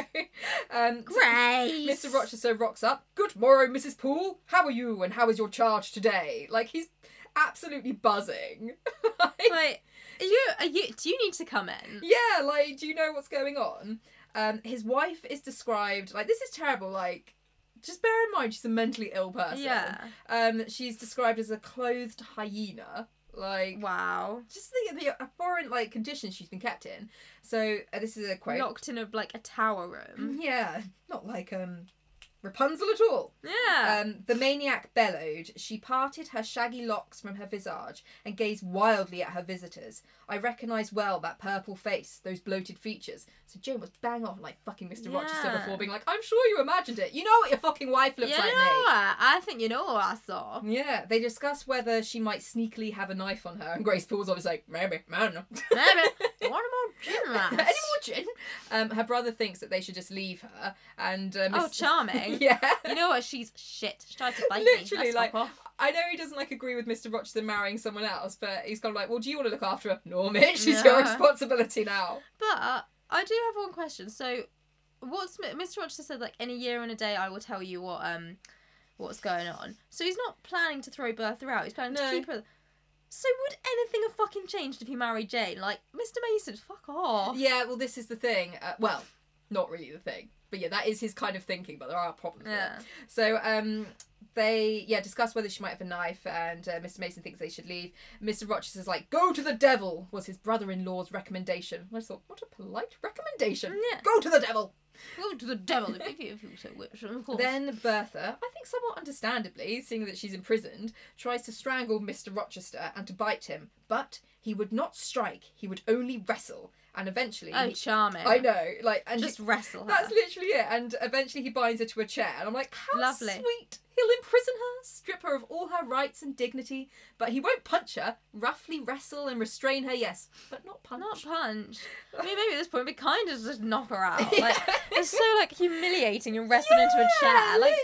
S1: um, so
S2: Grace.
S1: Mr. Rochester rocks up. Good morrow, Mrs. Poole. How are you? And how is your charge today? Like he's absolutely buzzing. *laughs* Like-
S2: Like, are you, are you, do you need to come in?
S1: yeah like do you know what's going on um his wife is described like this is terrible like just bear in mind she's a mentally ill person
S2: Yeah.
S1: um she's described as a clothed hyena like
S2: Wow.
S1: just the, the abhorrent like condition she's been kept in so uh, this is a quote
S2: Locked in a like a tower room.
S1: *clears throat* yeah not like um rapunzel at all
S2: Yeah.
S1: um, the maniac bellowed. She parted her shaggy locks from her visage and gazed wildly at her visitors. I recognised well that purple face, those bloated features. So Jane was bang on like fucking Mr. Rochester
S2: Yeah.
S1: before being like, I'm sure you imagined it. You know what your fucking wife looks
S2: yeah.
S1: like,
S2: you know what? I think you know what I saw.
S1: mate. Yeah, they discuss whether she might sneakily have a knife on her, and Grace Poole's always like, maybe, I don't know.
S2: Maybe.
S1: *laughs*
S2: What more gin
S1: Any more
S2: rats?
S1: gin? Um, her brother thinks that they should just leave her, and uh,
S2: Oh,
S1: Miss-
S2: charming.
S1: *laughs* yeah,
S2: *laughs* You know what? She's shit. She tried to bite
S1: Literally,
S2: me. Let's
S1: like-
S2: fuck off.
S1: I know he doesn't like agree with Mr. Rochester marrying someone else, but he's kind of like, well, do you want to look after her? No, Mitch, she's your
S2: Yeah.
S1: responsibility now.
S2: But I do have one question. So, what's M- Mr. Rochester said? Like, in a year and a day, I will tell you what um what's going on. So he's not planning to throw Bertha out. He's planning
S1: No.
S2: to keep her. So would anything have fucking changed if he married Jane? Like, Mr. Mason, fuck off.
S1: Yeah, well, this is the thing. Uh, well, not really the thing, but yeah, that is his kind of thinking. But there are problems. with it.
S2: Yeah.
S1: So, um, they yeah discuss whether she might have a knife, and uh, Mr. Mason thinks they should leave. Mr. Rochester's like, "Go to the devil," was his brother-in-law's recommendation. And I thought, what a polite recommendation.
S2: Yeah.
S1: Go to the devil.
S2: Go to the devil if you, if you so wish, of course.
S1: Then Bertha, I think somewhat understandably, seeing that she's imprisoned, tries to strangle Mr. Rochester and to bite him, but he would not strike, he would only wrestle. And eventually,
S2: oh, charming.
S1: I know, like, and
S2: Just wrestle her.
S1: that's literally it. And eventually, he binds her to a chair, and I'm like, how
S2: Lovely.
S1: sweet. He'll imprison her, strip her of all her rights and dignity, but he won't punch her, roughly wrestle and restrain her, yes, but not punch.
S2: Not punch. I mean, maybe at this point, it'd be kind of just knock her *laughs* out. Like, it's so like humiliating. You're wrestled into a
S1: Yeah,
S2: chair. Like,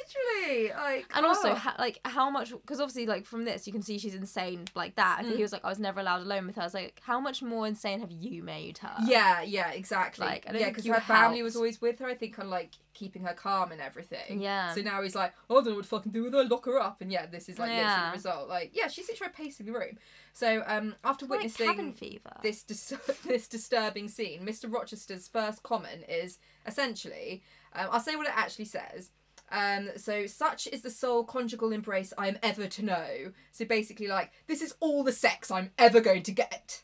S1: literally, like,
S2: And also,
S1: oh.
S2: ha- like, how much? Because obviously, like from this, you can see she's insane like that. I think
S1: Mm.
S2: he was like, I was never allowed alone with her. I was like, how much more insane have you made her?
S1: Yeah, yeah, exactly.
S2: Uh, Like, I don't
S1: yeah,
S2: think
S1: because her
S2: you
S1: family was
S2: helped.
S1: always with her. I think on like keeping her calm and everything.
S2: Yeah.
S1: So now he's like, oh, I don't know what to fucking do with her. Lock her up, and yeah, this is like literally
S2: Yeah.
S1: the result. Like, yeah, she's literally pacing the room. So um, after
S2: It's like cabin
S1: witnessing
S2: fever.
S1: this dis- *laughs* this disturbing scene, Mr. Rochester's first comment is essentially, um, I'll say what it actually says. Um, so such is the sole conjugal embrace I am ever to know. So basically, like this is all the sex I'm ever going to get.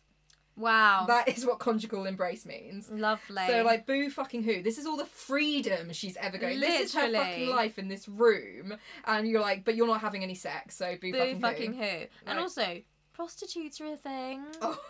S2: wow.
S1: That is what conjugal embrace means.
S2: Lovely.
S1: So like boo fucking who? This is all the freedom she's ever going. This is her fucking
S2: Literally.
S1: life in this room, and you're like, but you're not having any sex, so boo,
S2: boo
S1: fucking,
S2: fucking, who?
S1: Like-
S2: And also, prostitutes are a thing.
S1: who. Oh,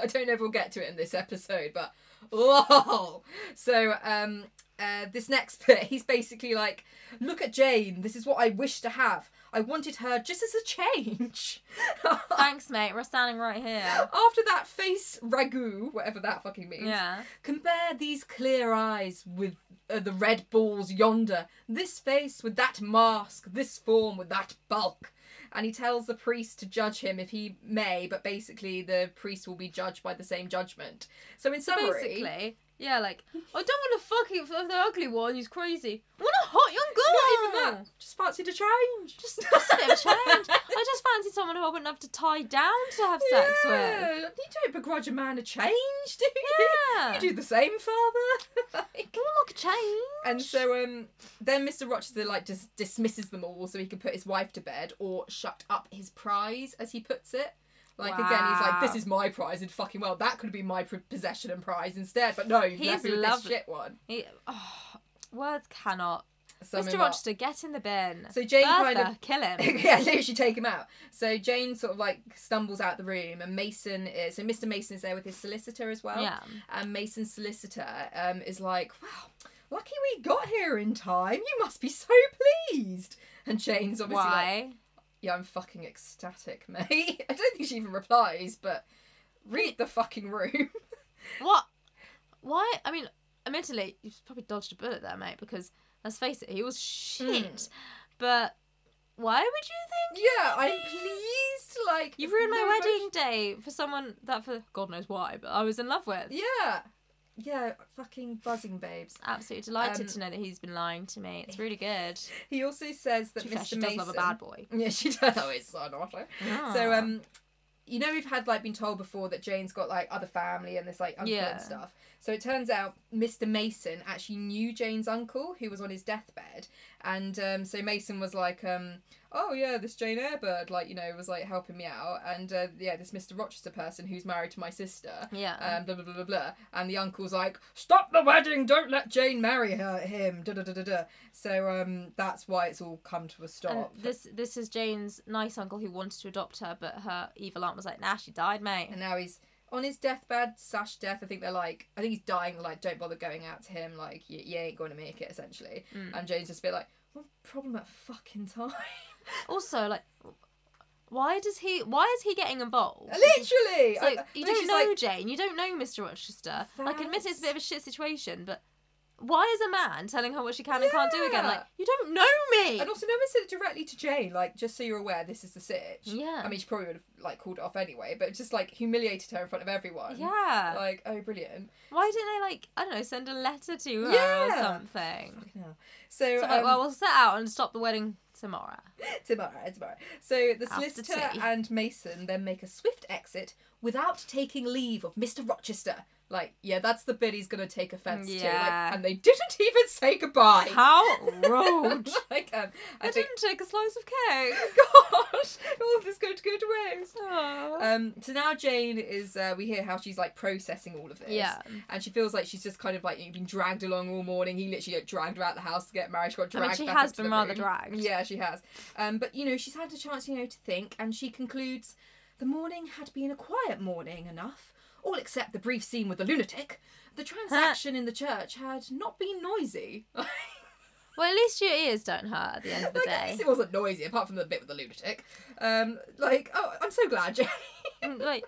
S1: I don't know if we'll get to it in this episode, but oh, so um, uh, this next *laughs* bit, he's basically like, look at Jane. This is what I wish to have. I wanted her just as a
S2: *laughs*
S1: change. *laughs*
S2: Thanks, mate. We're standing right *laughs* here.
S1: After that face ragu, whatever that fucking means.
S2: yeah.
S1: Compare these clear eyes with uh, the red balls yonder, this face with that mask, this form with that bulk. And he tells the priest to judge him if he may, but basically the priest will be judged by the same judgment. So in summary,
S2: Basically. Yeah, like I don't want to fuck it for the ugly one. He's crazy. I want a hot young girl.
S1: not even that, just fancied a change.
S2: Just, just a bit
S1: *laughs*
S2: of change. I just fancy someone who I wouldn't have to tie down to have sex with.
S1: yeah. You don't begrudge a man a change, do you?
S2: Yeah.
S1: You do the same, father. *laughs* Like-
S2: look change.
S1: And so um, then Mr. Rochester like just dismisses them all so he can put his wife to bed or shut up his prize as he puts it. Like again, he's like, "This
S2: Wow.
S1: is my prize," and fucking well, that could be my pr- possession and prize instead. But no, you've
S2: He's
S1: left me with this
S2: lovely.
S1: shit one.
S2: He, oh, words cannot.
S1: Sum
S2: Mr.
S1: him up.
S2: Rochester, get in the bin.
S1: So Jane kind of
S2: Bertha, kill
S1: *laughs*
S2: him.
S1: yeah, literally take him out. So Jane sort of like stumbles out the room, and Mason is so Mr. Mason's there with his solicitor as well.
S2: yeah.
S1: And Mason's solicitor um, is like, "Wow, lucky we got here in time. You must be so pleased." And Jane's obviously like,
S2: Why?
S1: "Yeah, I'm fucking ecstatic, *laughs* mate." I don't think she even replies, but read the fucking room. *laughs*
S2: What? Why? I mean, admittedly, you've probably dodged a bullet there, mate, because let's face it, he was shit.
S1: Mm.
S2: But why would you think?
S1: yeah, I'm pleased. Like
S2: You've ruined
S1: no
S2: my
S1: emotion-
S2: wedding day for someone that, for God knows why, but I was in love with.
S1: Yeah, yeah, fucking buzzing, babes.
S2: Absolutely delighted
S1: Um,
S2: to know that he's been lying to me. It's really *laughs* good.
S1: He also says that
S2: To be fair,
S1: Mr.
S2: she
S1: Mason
S2: does love a bad *laughs* boy.
S1: *laughs*
S2: Ah.
S1: Yeah, she does. Oh, it's so naughty. So um, you know we've had like been told before that Jane's got like other family and this like uncle
S2: Yeah.
S1: and stuff. So it turns out Mr. Mason actually knew Jane's uncle who was on his deathbed, and um, so Mason was like, um, oh yeah, this Jane Airbird like you know was like helping me out, and uh, yeah, this Mr. Rochester person who's married to my sister.
S2: yeah.
S1: Um, blah blah blah blah blah, and the uncle's like, "Stop the wedding! Don't let Jane marry her him." Da da da da da. So um, that's why it's all come to a
S2: And
S1: stop.
S2: this this is Jane's nice uncle who wanted to adopt her, but her evil aunt was like, "Nah, she died, mate."
S1: and now he's on his deathbed slash death i think they're like i think he's dying like don't bother going out to him like you, you ain't gonna make it essentially
S2: Mm.
S1: and jane's just a bit like what problem at fucking
S2: *laughs*
S1: time *laughs*
S2: Also, like, why does he? Why is he getting involved?
S1: literally
S2: It's
S1: I-
S2: like,
S1: I
S2: you
S1: think
S2: don't
S1: she's
S2: know Jane. You don't know Mr. Rochester. Like, admit it's a bit of a shit situation, but why is a man telling her what she can and can't do again? Like,
S1: Yeah.
S2: you don't know me.
S1: and also no one said it directly to jane like just so you're aware this is the sitch
S2: yeah.
S1: i mean she probably would have like called it off anyway but just like humiliated her in front of everyone
S2: yeah.
S1: like oh brilliant
S2: why didn't they like I don't know send a letter to her or
S1: Yeah.
S2: something?
S1: Fucking hell. so,
S2: So
S1: um,
S2: like, well, we'll set out and stop the wedding tomorrow.
S1: tomorrow, tomorrow. So the
S2: After
S1: solicitor
S2: tea.
S1: and Mason then make a swift exit without taking leave of Mr. Rochester. Like, yeah, that's the bit he's gonna take offence to.
S2: Yeah.
S1: Like, and they didn't *laughs* even say goodbye.
S2: How *laughs* rude!
S1: *laughs* like, um, I,
S2: I
S1: think,
S2: didn't take a slice of cake.
S1: *laughs* gosh, all this good, good ways.
S2: *laughs* Oh.
S1: Um, so now Jane is, uh, we hear how she's like processing all of this.
S2: yeah.
S1: And she feels like she's just kind of like you've been dragged along all morning. He literally like, dragged her out the house to get married. She got
S2: I
S1: dragged.
S2: mean, she
S1: back
S2: has
S1: up to
S2: been
S1: the
S2: rather
S1: room.
S2: dragged.
S1: Yeah, she has. Um, but you know, she's had a chance, you know, to think, and she concludes the morning had been a quiet morning enough, all except the brief scene with the lunatic. The transaction in the church had not been noisy. like,
S2: Well, at least your ears don't hurt at
S1: *laughs*
S2: the end of the
S1: at
S2: day.
S1: least it wasn't noisy, apart from the bit with the lunatic. Um, like, oh, I'm so glad, Jane.
S2: Mm, like,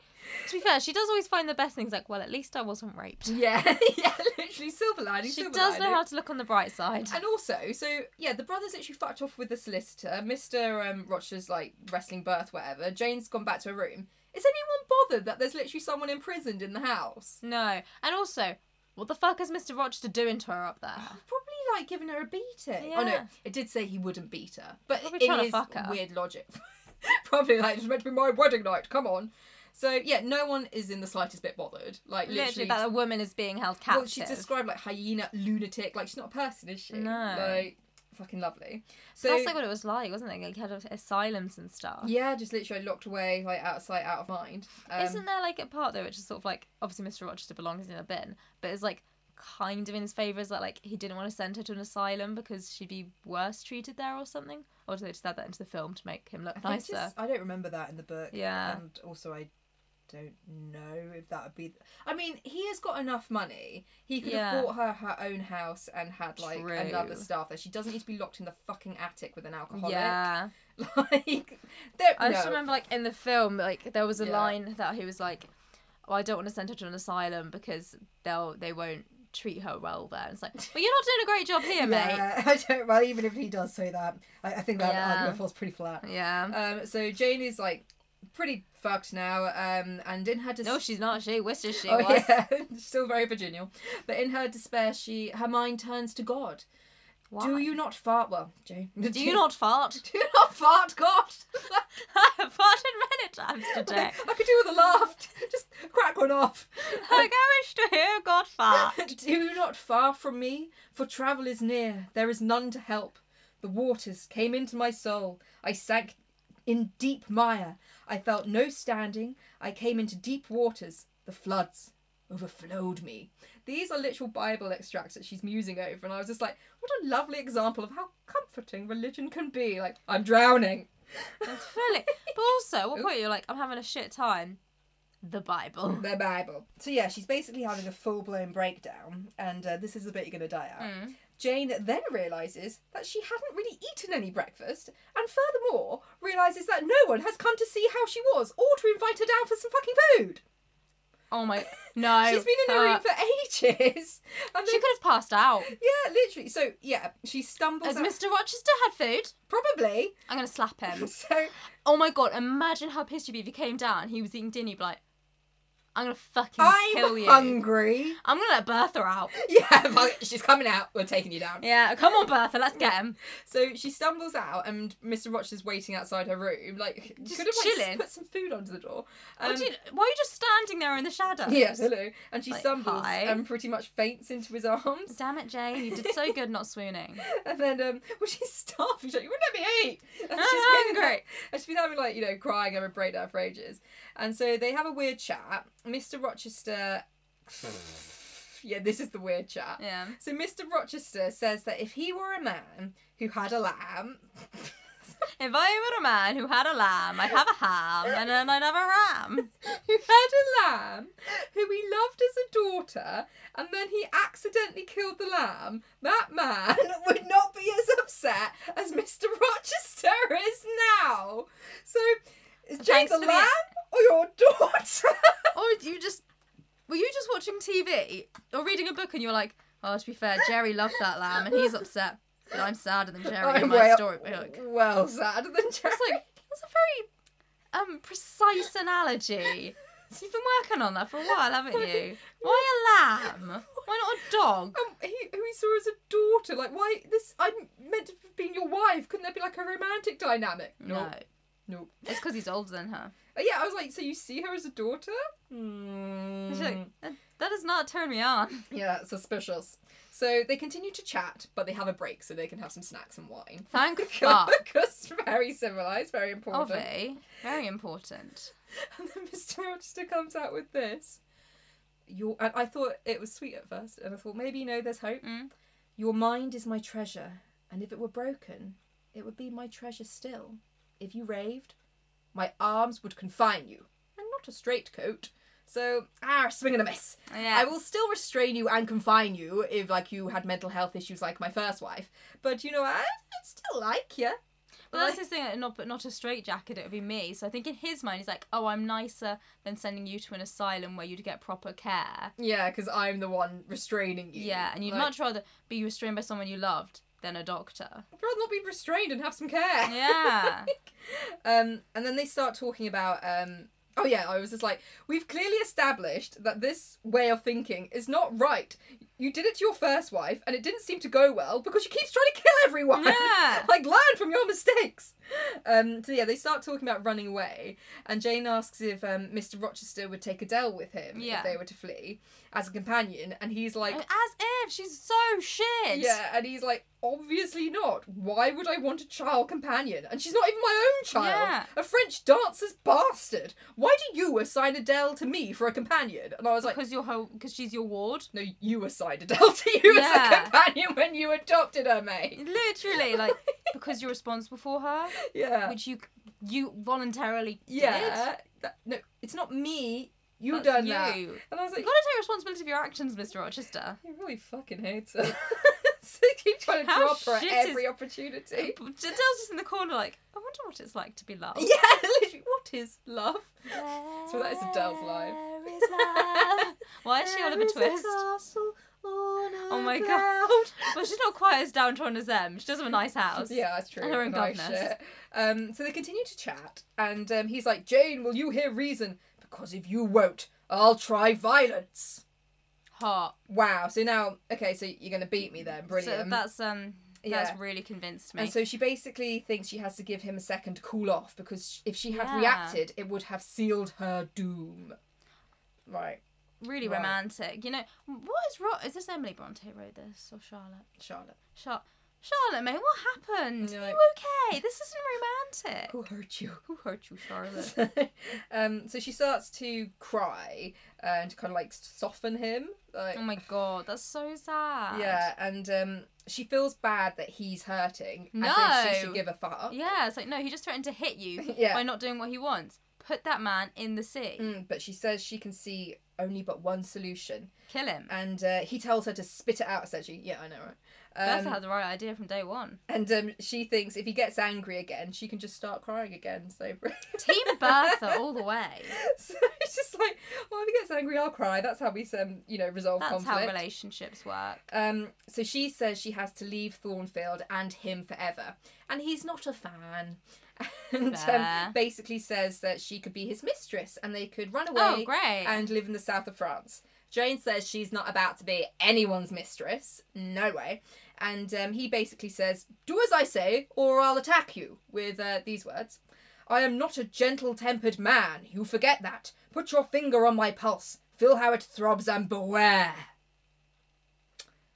S2: to be fair, she does always find the best things. Like, well, at least I
S1: *laughs*
S2: wasn't raped.
S1: yeah, yeah, literally silver lining.
S2: She
S1: silver
S2: does know
S1: lining.
S2: how to look on the
S1: *laughs*
S2: bright side.
S1: And also, so yeah, the brothers actually fucked off with the solicitor. Mister um, Rochester's like wrestling birth, whatever. Jane's gone back to her room. Is anyone bothered that there's literally someone imprisoned in the house?
S2: No, and also, what the fuck is Mr. Rochester doing to her
S1: *sighs*
S2: up there?
S1: Probably like giving her a beating. Oh no,
S2: Yeah.
S1: it did say he wouldn't beat her, but
S2: Probably
S1: in
S2: trying to
S1: his
S2: fuck her.
S1: weird logic, *laughs* probably like it's meant to be my wedding night. Come on. So yeah, no one is in the slightest bit bothered. Like
S2: Literally,
S1: literally,
S2: that a woman is being held captive.
S1: well, she's described like hyena, lunatic. Like she's not a person, is she?
S2: No.
S1: Like fucking lovely. So
S2: But That's like what it was like, wasn't it? Like, had asylums and stuff.
S1: Yeah, just literally locked away, like out of sight, out of mind. Um,
S2: Isn't there like a part though which is sort of like obviously Mr. Rochester belongs in a bin, but it's like kind of in his favour is that like he didn't want to send her to an asylum because she'd be worse treated there or something? Or did they just add that into the film to make him look
S1: I, think
S2: nicer?
S1: just, I don't remember that in the book.
S2: Yeah.
S1: and also I don't know if that would be. I mean, he has got enough money. He could
S2: Yeah.
S1: have bought her her own house and had like
S2: True.
S1: another staff there. She doesn't need to be locked in the fucking attic with an alcoholic.
S2: Yeah.
S1: *laughs* like there,
S2: I
S1: no.
S2: just remember like in the film, like there was a
S1: Yeah.
S2: line that he was like, Oh, I don't want to send her to an asylum because they'll they won't treat her well there. And it's like, Well you're not doing a great job here, mate.
S1: Yeah, *laughs* I don't. Well, even if he does say that, I, I think that
S2: Yeah.
S1: argument falls pretty flat.
S2: Yeah.
S1: Um, so Jane is like pretty fucked now, um, and in her dis-
S2: No, she's not. She wishes she
S1: oh
S2: was.
S1: yeah, *laughs* still very virginal. But in her despair, she her mind turns to God.
S2: Why?
S1: Do you not fart? Well, Jane, *laughs*
S2: Do you not fart?
S1: Do you not fart, God? *laughs*
S2: I have farted many times *laughs* today.
S1: I could do with a laugh. *laughs* Just crack one off.
S2: Like I wish to hear God fart.
S1: *laughs* Do not far from me, for travel is near. There is none to help. The waters came into my soul. I sank in deep mire. I felt no standing. I came into deep waters. The floods overflowed me. These are literal Bible extracts that she's musing over, and I was just like, what a lovely example of how comforting religion can be. Like, I'm drowning.
S2: That's *laughs* fully. But also, at what point you're like, I'm having a shit time.
S1: *laughs*
S2: The Bible.
S1: The Bible. So, yeah, she's basically having a full blown breakdown, and uh, this is the bit you're going to die at.
S2: Mm.
S1: Jane then realises that she hadn't really eaten any breakfast, and furthermore, realises that no one has come to see how she was or to invite her down for some fucking food.
S2: Oh my. *laughs* No.
S1: She's been in the
S2: uh,
S1: room for ages. *laughs* And
S2: She
S1: then,
S2: could have passed out.
S1: yeah, literally. So, yeah, she stumbles
S2: Has
S1: out.
S2: Mr. Rochester had food?
S1: Probably.
S2: I'm gonna slap
S1: *laughs*
S2: him.
S1: So,
S2: Oh my god, imagine how pissed you'd be if you came down and he was eating dinner, you'd be like, I'm gonna fucking kill
S1: I'm
S2: you.
S1: hungry. *laughs*
S2: I'm gonna let Bertha out.
S1: Yeah, but she's coming out. We're taking you down.
S2: Yeah, come on, Bertha, let's get him.
S1: So she stumbles out, and Mr. Rochester's waiting outside her room, like
S2: Just
S1: could have like,
S2: chilling.
S1: put some food under the door.
S2: What
S1: Um, *laughs*
S2: do you, why are you just standing there in the shadows?
S1: yeah, hello. And she
S2: Like,
S1: stumbles
S2: hi.
S1: and pretty much faints into his
S2: *laughs*
S1: arms.
S2: Damn it, Jane, you did so good
S1: *laughs*
S2: not swooning.
S1: And then, um, well, she's starving. She's like, "You wouldn't let me eat." *laughs* And
S2: I'm
S1: she's been,
S2: *laughs* hungry.
S1: like- and she's been having like you know crying over breakdown for ages. And so they have a weird chat. Mr. Rochester, yeah, this is the weird chat.
S2: Yeah.
S1: So Mr. Rochester says that if he were a man who had a lamb,
S2: If I were a man who had a lamb, I'd have a ham and then I'd have a ram.
S1: *laughs* who had a lamb who he loved as a daughter, and then he accidentally killed the lamb, that man *laughs* would not be as upset as Mr. Rochester is now. So, is Jane
S2: Thanks
S1: the
S2: for the-
S1: lamb or your *laughs* daughter?
S2: *laughs* Or you just were you just watching TV or reading a book and you're like, oh, to be fair, Jerry loved that lamb and he's upset, but I'm sadder than Jerry in my
S1: well,
S2: storybook.
S1: well sadder than Jerry.
S2: It's like that's a very um precise analogy. So you've been working on that for a while, haven't *laughs* you? Why a lamb? Why not a dog?
S1: Um, he, who he saw as a daughter, like why this? I'm meant to have been your wife. Couldn't there be like a romantic dynamic?
S2: No,
S1: no.
S2: it's because he's older than her.
S1: Uh, Yeah, I was like, so you see her as a daughter? Hmm.
S2: And she's like, that, that does not turn me on.
S1: Yeah, suspicious. So they continue to chat, but they have a break so they can have some snacks and wine. *laughs*
S2: *laughs* Thank fuck.
S1: Because very civilized, very important.
S2: Ove, very important.
S1: *laughs* And then Mr. Rochester comes out with this. Your and I thought it was sweet at first, and I thought maybe you know there's hope.
S2: Mm.
S1: Your mind is my treasure, and if it were broken, it would be my treasure still. If you raved, my arms would confine you, and not a straight coat. So ah, swing and a miss.
S2: Yeah.
S1: I will still restrain you and confine you if, like, you had mental health issues like my first wife. But you know, I, I still like you.
S2: But that's his thing, like, not but not a straight jacket. It would be me. So I think in his mind, he's like, "Oh, I'm nicer than sending you to an asylum where you'd get proper care."
S1: Yeah, because I'm the one restraining you.
S2: Yeah, and you'd
S1: Like,
S2: much rather be restrained by someone you loved than a doctor.
S1: *laughs* I'd rather not be restrained and have some care.
S2: Yeah.
S1: Um, and then they start talking about. Um, oh yeah, I was just like, we've clearly established that this way of thinking is not right. You did it to your first wife, and it didn't seem to go well because she keeps trying to kill everyone.
S2: Yeah.
S1: *laughs* like learn from your mistakes. Um, so yeah, they start talking about running away, and Jane asks if um, Mr. Rochester would take Adele with him
S2: Yeah.
S1: if they were to flee as a companion, and he's like.
S2: As if she's so shit.
S1: Yeah, and he's like, obviously not. Why would I want a child companion? And she's not even my own child.
S2: Yeah.
S1: A French dancer's bastard. Why do you assign Adele to me for a companion? And I was
S2: *laughs*
S1: like,
S2: Because your whole because she's your ward.
S1: no, you assigned Adele to you as a
S2: Yeah.
S1: companion when you adopted her, mate.
S2: Literally, like because you're responsible for her,
S1: *laughs* Yeah.
S2: which you you voluntarily did.
S1: Yeah. That- no, it's not me. You
S2: That's
S1: done
S2: you.
S1: that.
S2: You
S1: And I was
S2: gotta
S1: like,
S2: take responsibility for your actions, Mr. Rochester.
S1: he really fucking hates her. *laughs*
S2: *laughs*
S1: so they keep trying to
S2: How
S1: drop her at
S2: shit is-
S1: every opportunity. *laughs*
S2: *laughs* Adele's just in the corner, like, I wonder what it's like to be loved.
S1: Yeah, literally, what is love? So that is Adele's life.
S2: Where is love? *laughs* Why is she all of a twist?
S1: Oh
S2: Oh my god. Well, she's not quite as downtrodden as them. She does have a nice house.
S1: Yeah, that's true.
S2: And her own
S1: Nice
S2: governess.
S1: shit. Um, so they continue to chat, and um, he's like, Jane, will you hear reason? Because if you won't, I'll try violence.
S2: Hot.
S1: Wow. So now, okay, so you're going to beat me then. Brilliant.
S2: So that's um that's
S1: Yeah.
S2: really convinced me.
S1: And so she basically thinks she has to give him a second to cool off because sh- if she had
S2: Yeah.
S1: reacted, it would have sealed her doom. Right,
S2: really
S1: Right.
S2: romantic. You know, what is Ro- is this Emily Bronte wrote this or Charlotte?
S1: Charlotte.
S2: Char- Charlotte, mate, what happened?
S1: And you're
S2: Are
S1: like-
S2: you okay? This isn't romantic.
S1: Who hurt you?
S2: Who hurt you,
S1: *laughs*
S2: Charlotte?
S1: So, um, so she starts to cry uh, and to kind of like soften him. Like,
S2: oh my god, that's so sad.
S1: yeah, and um, she feels bad that he's hurting. As if she
S2: No.
S1: should give a fuck.
S2: Yeah, it's like, no, he just threatened to hit you
S1: *laughs* Yeah.
S2: by not doing what he wants. Put that man in the sea.
S1: Mm, but she says she can see only but one solution.
S2: Kill him.
S1: And uh, he tells her to spit it out, essentially. Yeah, I know, right?
S2: Bertha
S1: Um,
S2: had the right idea from
S1: *laughs*
S2: day one.
S1: and um, she thinks if he gets angry again, she can just start crying again. So *laughs*
S2: Team Bertha all the way.
S1: so it's just like, well, if he gets angry, I'll cry. That's how we, um, you know, resolve
S2: That's
S1: conflict.
S2: how relationships work.
S1: Um, so she says she has to leave Thornfield and him forever, and he's not a fan. *laughs* And
S2: Fair.
S1: um, basically says that she could be his mistress, and they could run
S2: Oh,
S1: away
S2: great.
S1: and live in the south of France. Jane says she's not about to be anyone's mistress, no way. And um, he basically says, "Do as I say, or I'll attack you." With uh, these words, "I am not a gentle-tempered man. You forget that. Put your finger on my pulse, feel how it throbs, and beware."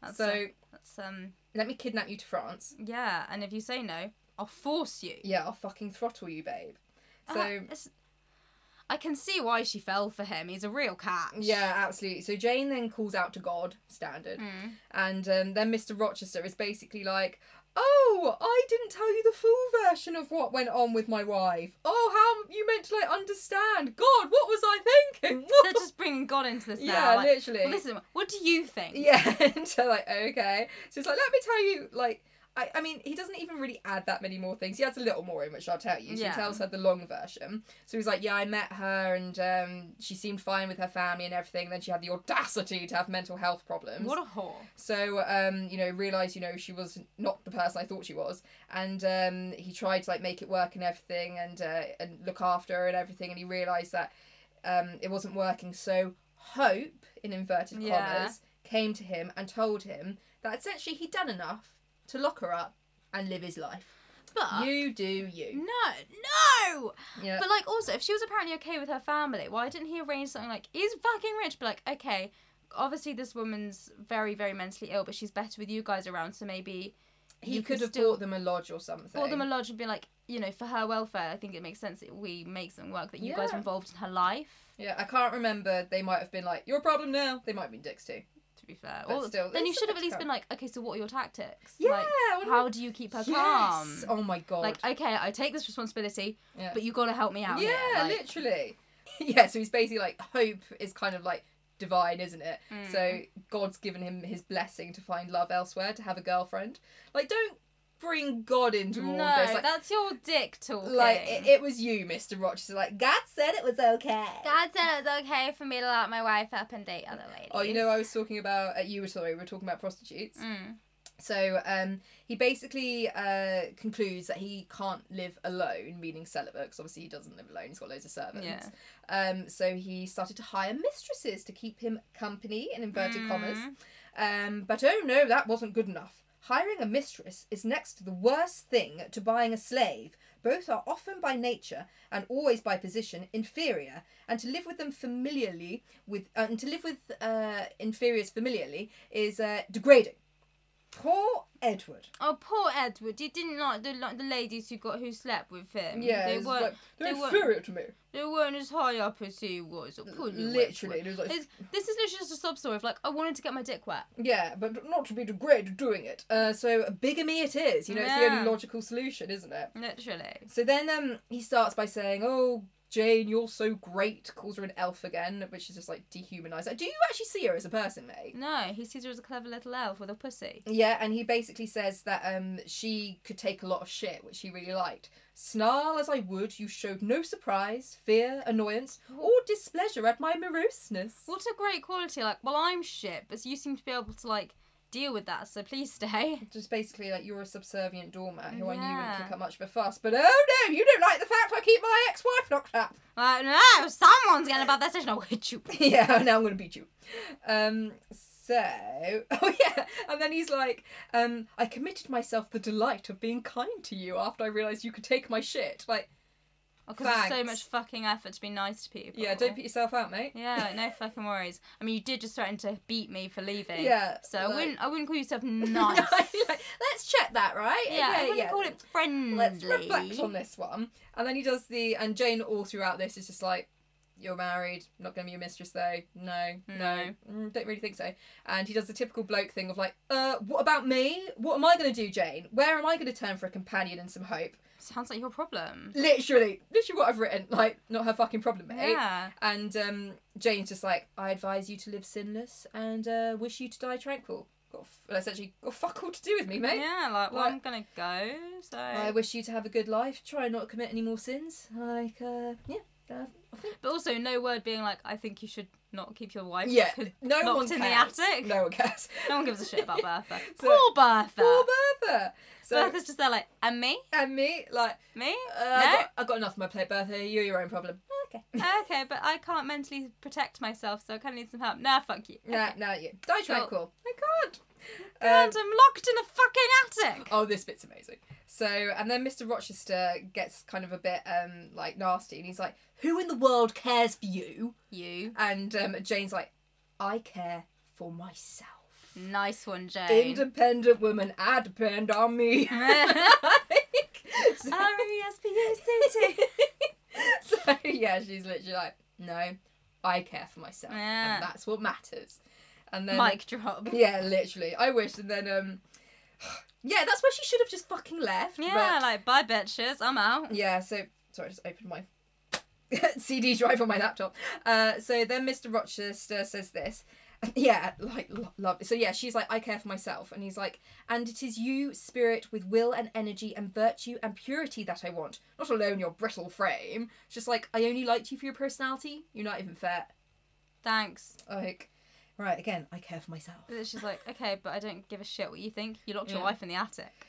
S2: that's,
S1: so.
S2: uh, that's, um,
S1: let me kidnap you to France.
S2: yeah, and if you say no, I'll force you.
S1: Yeah, I'll fucking throttle you, babe.
S2: Ah,
S1: So
S2: it's- I can see why she fell for him. He's a real catch.
S1: yeah, absolutely. So Jane then calls out to God, standard,
S2: Mm.
S1: and um, then Mr. Rochester is basically like, "Oh, I didn't tell you the full version of what went on with my wife. Oh, how you meant to like understand? God, what was I thinking?"
S2: *laughs* They're just bringing God into this
S1: *laughs*
S2: now.
S1: yeah,
S2: like,
S1: literally.
S2: well, listen, what do you think?
S1: Yeah, *laughs* and so like okay, so it's like let me tell you, like I, I mean, he doesn't even really add that many more things. He adds a little more in, which I'll tell you. She
S2: Yeah.
S1: tells her the long version. So he's like, yeah, I met her and um, she seemed fine with her family and everything. Then she had the audacity to have mental health problems.
S2: What a whore.
S1: So, um, you know, realised, you know, she was not the person I thought she was. And um, he tried to, like, make it work and everything and, uh, and look after her and everything. And he realised that um, it wasn't working. So, Hope, in inverted
S2: Yeah.
S1: commas, came to him and told him that essentially he'd done enough to lock her up and live his life.
S2: But
S1: you do you.
S2: no, Uh, no.
S1: Yeah.
S2: But like, also, if she was apparently okay with her family, why didn't he arrange something like he's fucking rich? But like, okay, obviously this woman's very, very mentally ill, but she's better with you guys around, so maybe
S1: he
S2: you
S1: could
S2: can
S1: have
S2: still-
S1: bought them a lodge or something.
S2: bought them a lodge and be like, you know, for her welfare, I think it makes sense that we make something work that you guys
S1: Yeah.
S2: are involved in her life.
S1: yeah, I can't remember. They might have been like, "You're a problem now." They might have been dicks too.
S2: To be fair,
S1: But
S2: Or-
S1: still,
S2: then you
S1: it's
S2: should have
S1: a
S2: at least
S1: bit
S2: been like, okay, so what are your tactics?
S1: Yeah.
S2: Like,
S1: what do you
S2: how do you keep her
S1: Yes.
S2: calm?
S1: Oh my god.
S2: Like, okay, I take this responsibility,
S1: Yeah.
S2: but you gotta help me out.
S1: yeah,
S2: here. Like,
S1: literally. yeah, so he's basically like hope is kind of like divine, isn't it?
S2: Mm.
S1: So God's given him his blessing to find love elsewhere, to have a girlfriend. Like don't bring God into all
S2: no,
S1: of this. Like,
S2: that's your dick talking.
S1: like it, it was you, Mr. Rochester. Like God said it was okay.
S2: God said it was okay for me to lock my wife up and date other ladies.
S1: Oh, you know, I was talking about. Uh, you were sorry. We were talking about prostitutes.
S2: Mm.
S1: So um, he basically uh, concludes that he can't live alone, meaning celibate, because obviously he doesn't live alone. He's got loads of servants.
S2: Yeah.
S1: Um, so he started to hire mistresses to keep him company, in inverted commas.
S2: Mm.
S1: Um, but oh no, that wasn't good enough. Hiring a mistress is next to the worst thing to buying a slave. Both are often by nature and always by position inferior, and to live with them familiarly with uh, and to live with uh, inferiors familiarly is uh, degrading. Poor Edward.
S2: Oh, poor Edward. He didn't like the like the ladies who got who slept with him. they
S1: it's
S2: weren't
S1: like, they're
S2: they weren't-
S1: inferior to me.
S2: they weren't as high up as he was. Or poor little
S1: Literally,
S2: Edward.
S1: it was like,
S2: It's- This is literally just a sub story of like I wanted to get my dick wet.
S1: yeah, but not to be degraded doing it. Uh, so bigamy it is. You know, it's the
S2: Yeah.
S1: only logical solution, isn't it?
S2: Literally.
S1: So then um, he starts by saying, "Oh, Jane, you're so great." Calls her an elf again, which is just like dehumanised. Do you actually see her as a person, mate?
S2: No, he sees her as a clever little elf with a pussy.
S1: Yeah, and he basically says that um, she could take a lot of shit, which he really liked. Snarl as I would, you showed no surprise, fear, annoyance, or displeasure at my moroseness.
S2: What a great quality. Like, well, I'm shit, but you seem to be able to like deal with that. So please stay. *laughs*
S1: Just basically like you're a subservient doormat who I knew
S2: Yeah.
S1: wouldn't kick up much of a fuss, but oh no, you don't like the fact I keep my ex-wife locked up. *laughs*
S2: Like, no, someone's getting about that station. I'll hit you.
S1: yeah, now I'm gonna beat you. Um, so, *laughs* oh yeah, and then he's like, um, I committed myself the delight of being kind to you after I realised you could take my shit. Like,
S2: because Oh, there's so
S1: Thanks.
S2: much fucking effort to be nice to people.
S1: Yeah, don't put yourself out, mate.
S2: Yeah, no fucking worries. I mean, you did just threaten to beat me for leaving.
S1: Yeah,
S2: So
S1: *laughs*
S2: I
S1: like-
S2: wouldn't. I wouldn't call yourself nice.
S1: Like, Let's check that, right?
S2: Yeah, I
S1: Okay,
S2: wouldn't call it friendly.
S1: Let's reflect on this one. And then he does the, and Jane all throughout this is just like, you're married, not going to be your mistress though. No, no, mm, don't really think so. And he does the typical bloke thing of like, uh, what about me? What am I going to do, Jane? Where am I going to turn for a companion and some hope?
S2: Sounds like your problem.
S1: Literally, literally what I've written. Like, not her fucking problem, mate.
S2: Yeah.
S1: And um, Jane's just like, I advise you to live sinless and uh, wish you to die tranquil. Got f- essentially got fuck all to do with me, mate.
S2: Yeah, like well,
S1: Like-
S2: I'm gonna go. So
S1: I wish you to have a good life. Try not to commit any more sins. Like, uh, yeah. Uh, I think-
S2: But also, no word being like, I think you should not keep your wife
S1: yeah,
S2: c-
S1: no one
S2: locked
S1: cares.
S2: in the attic.
S1: No one cares.
S2: No one gives a shit
S1: *laughs*
S2: about Bertha.
S1: So-
S2: Poor Bertha.
S1: Poor Bertha. So
S2: Bertha's just there like, and me?
S1: and me, like, *laughs*
S2: Me?
S1: uh, I, got, I got enough of my plate, Bertha. You're your own problem. Okay.
S2: okay, but I can't mentally protect myself, so I kind of need some help. Nah, fuck you.
S1: Nah, now you die tranquil. I can't. Um,
S2: And I'm locked in a fucking attic.
S1: Oh, this bit's amazing. So, and then Mr. Rochester gets kind of a bit um like nasty, and he's like, "Who in the world cares for you?"
S2: You.
S1: And um, Jane's like, "I care for myself.
S2: Nice one, Jane. *laughs*
S1: Independent woman, I depend on me." *laughs*
S2: Uh,
S1: so,
S2: E R-E-S-P-E-C-T.
S1: *laughs* so, yeah, she's literally like, "No, I care for myself,
S2: Yeah.
S1: and that's what matters." And then
S2: Mic drop.
S1: yeah, literally, I wish. And then um, *sighs* yeah, that's where she should have just fucking left. but-
S2: Yeah, like, bye, bitches. I'm out.
S1: Yeah, so sorry, I just opened my *laughs* CD drive on my laptop. Uh, so then Mr. Rochester says this. *laughs* Yeah, like lo- love. So yeah, she's like, I care for myself, and he's like, and it is you, spirit, with will and energy and virtue and purity that I want, not alone your brittle frame. It's just like I only liked you for your personality. You're not even fair.
S2: Thanks.
S1: Like, right again, I care for myself. *sighs*
S2: But She's like, okay, but I don't give a shit what you think. You locked your
S1: Yeah.
S2: wife in the attic.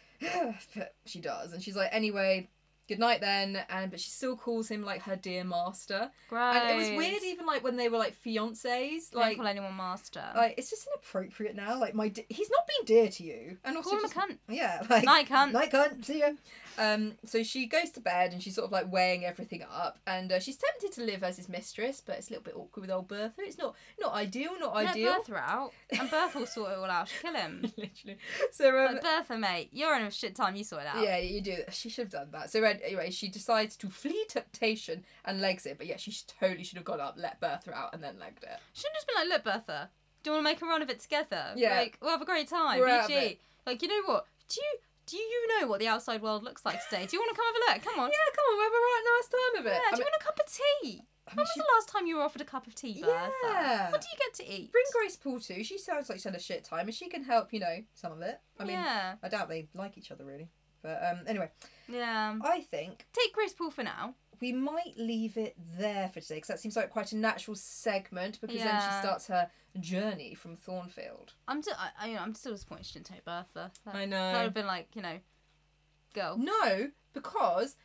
S1: but she does, and she's like, anyway, good night then. And but she still calls him like her dear master.
S2: Gross.
S1: And it was weird, even like when they were like fiancés,
S2: Don't
S1: like
S2: call anyone master.
S1: like it's just inappropriate now. Like my, d he's not being dear to you, and also
S2: call him a
S1: just,
S2: cunt.
S1: yeah, *laughs* like
S2: Night cunt.
S1: night cunt, see ya. Um, so she goes to bed and she's sort of like weighing everything up, and uh, she's tempted to live as his mistress, but it's a little bit awkward with old Bertha. It's not not ideal, not
S2: Let
S1: ideal.
S2: Bertha out. And Bertha will sort it all out. She'll kill him.
S1: *laughs* Literally. So um,
S2: But Bertha, mate, you're in a shit time. You sort it out.
S1: Yeah, you do. She should have done that. So an- anyway, she decides to flee temptation and legs it. But yeah, she sh- totally should have gone up, let Bertha out, and then legged it.
S2: Shouldn't just been like, look, Bertha, do you want to make a run of it together?
S1: Yeah.
S2: Like, we'll have a great time.
S1: We're out of
S2: BG. Like, you know what? Do you do you know what the outside world looks like today? Do you want to come have a look? Come on.
S1: Yeah, come on, we have a right nice time of
S2: Yeah,
S1: it.
S2: do you want a cup of
S1: I
S2: tea?
S1: mean,
S2: When was
S1: she-
S2: the last time you were offered a cup of tea, Bertha?
S1: Yeah.
S2: What do you get to eat?
S1: Bring Grace Poole too. She sounds like she's had a shit time, and she can help, you know, some of it. I mean,
S2: yeah,
S1: I doubt they like each other really. But um, anyway,
S2: yeah.
S1: I think
S2: Take Grace Poole for now.
S1: we might leave it there for today because that seems like quite a natural segment because then she
S2: Yeah.
S1: starts her journey from Thornfield.
S2: I'm just, I, I, you know, I'm still disappointed she didn't take Bertha. That,
S1: I
S2: That would
S1: know.
S2: have been like, you know, girl.
S1: No, because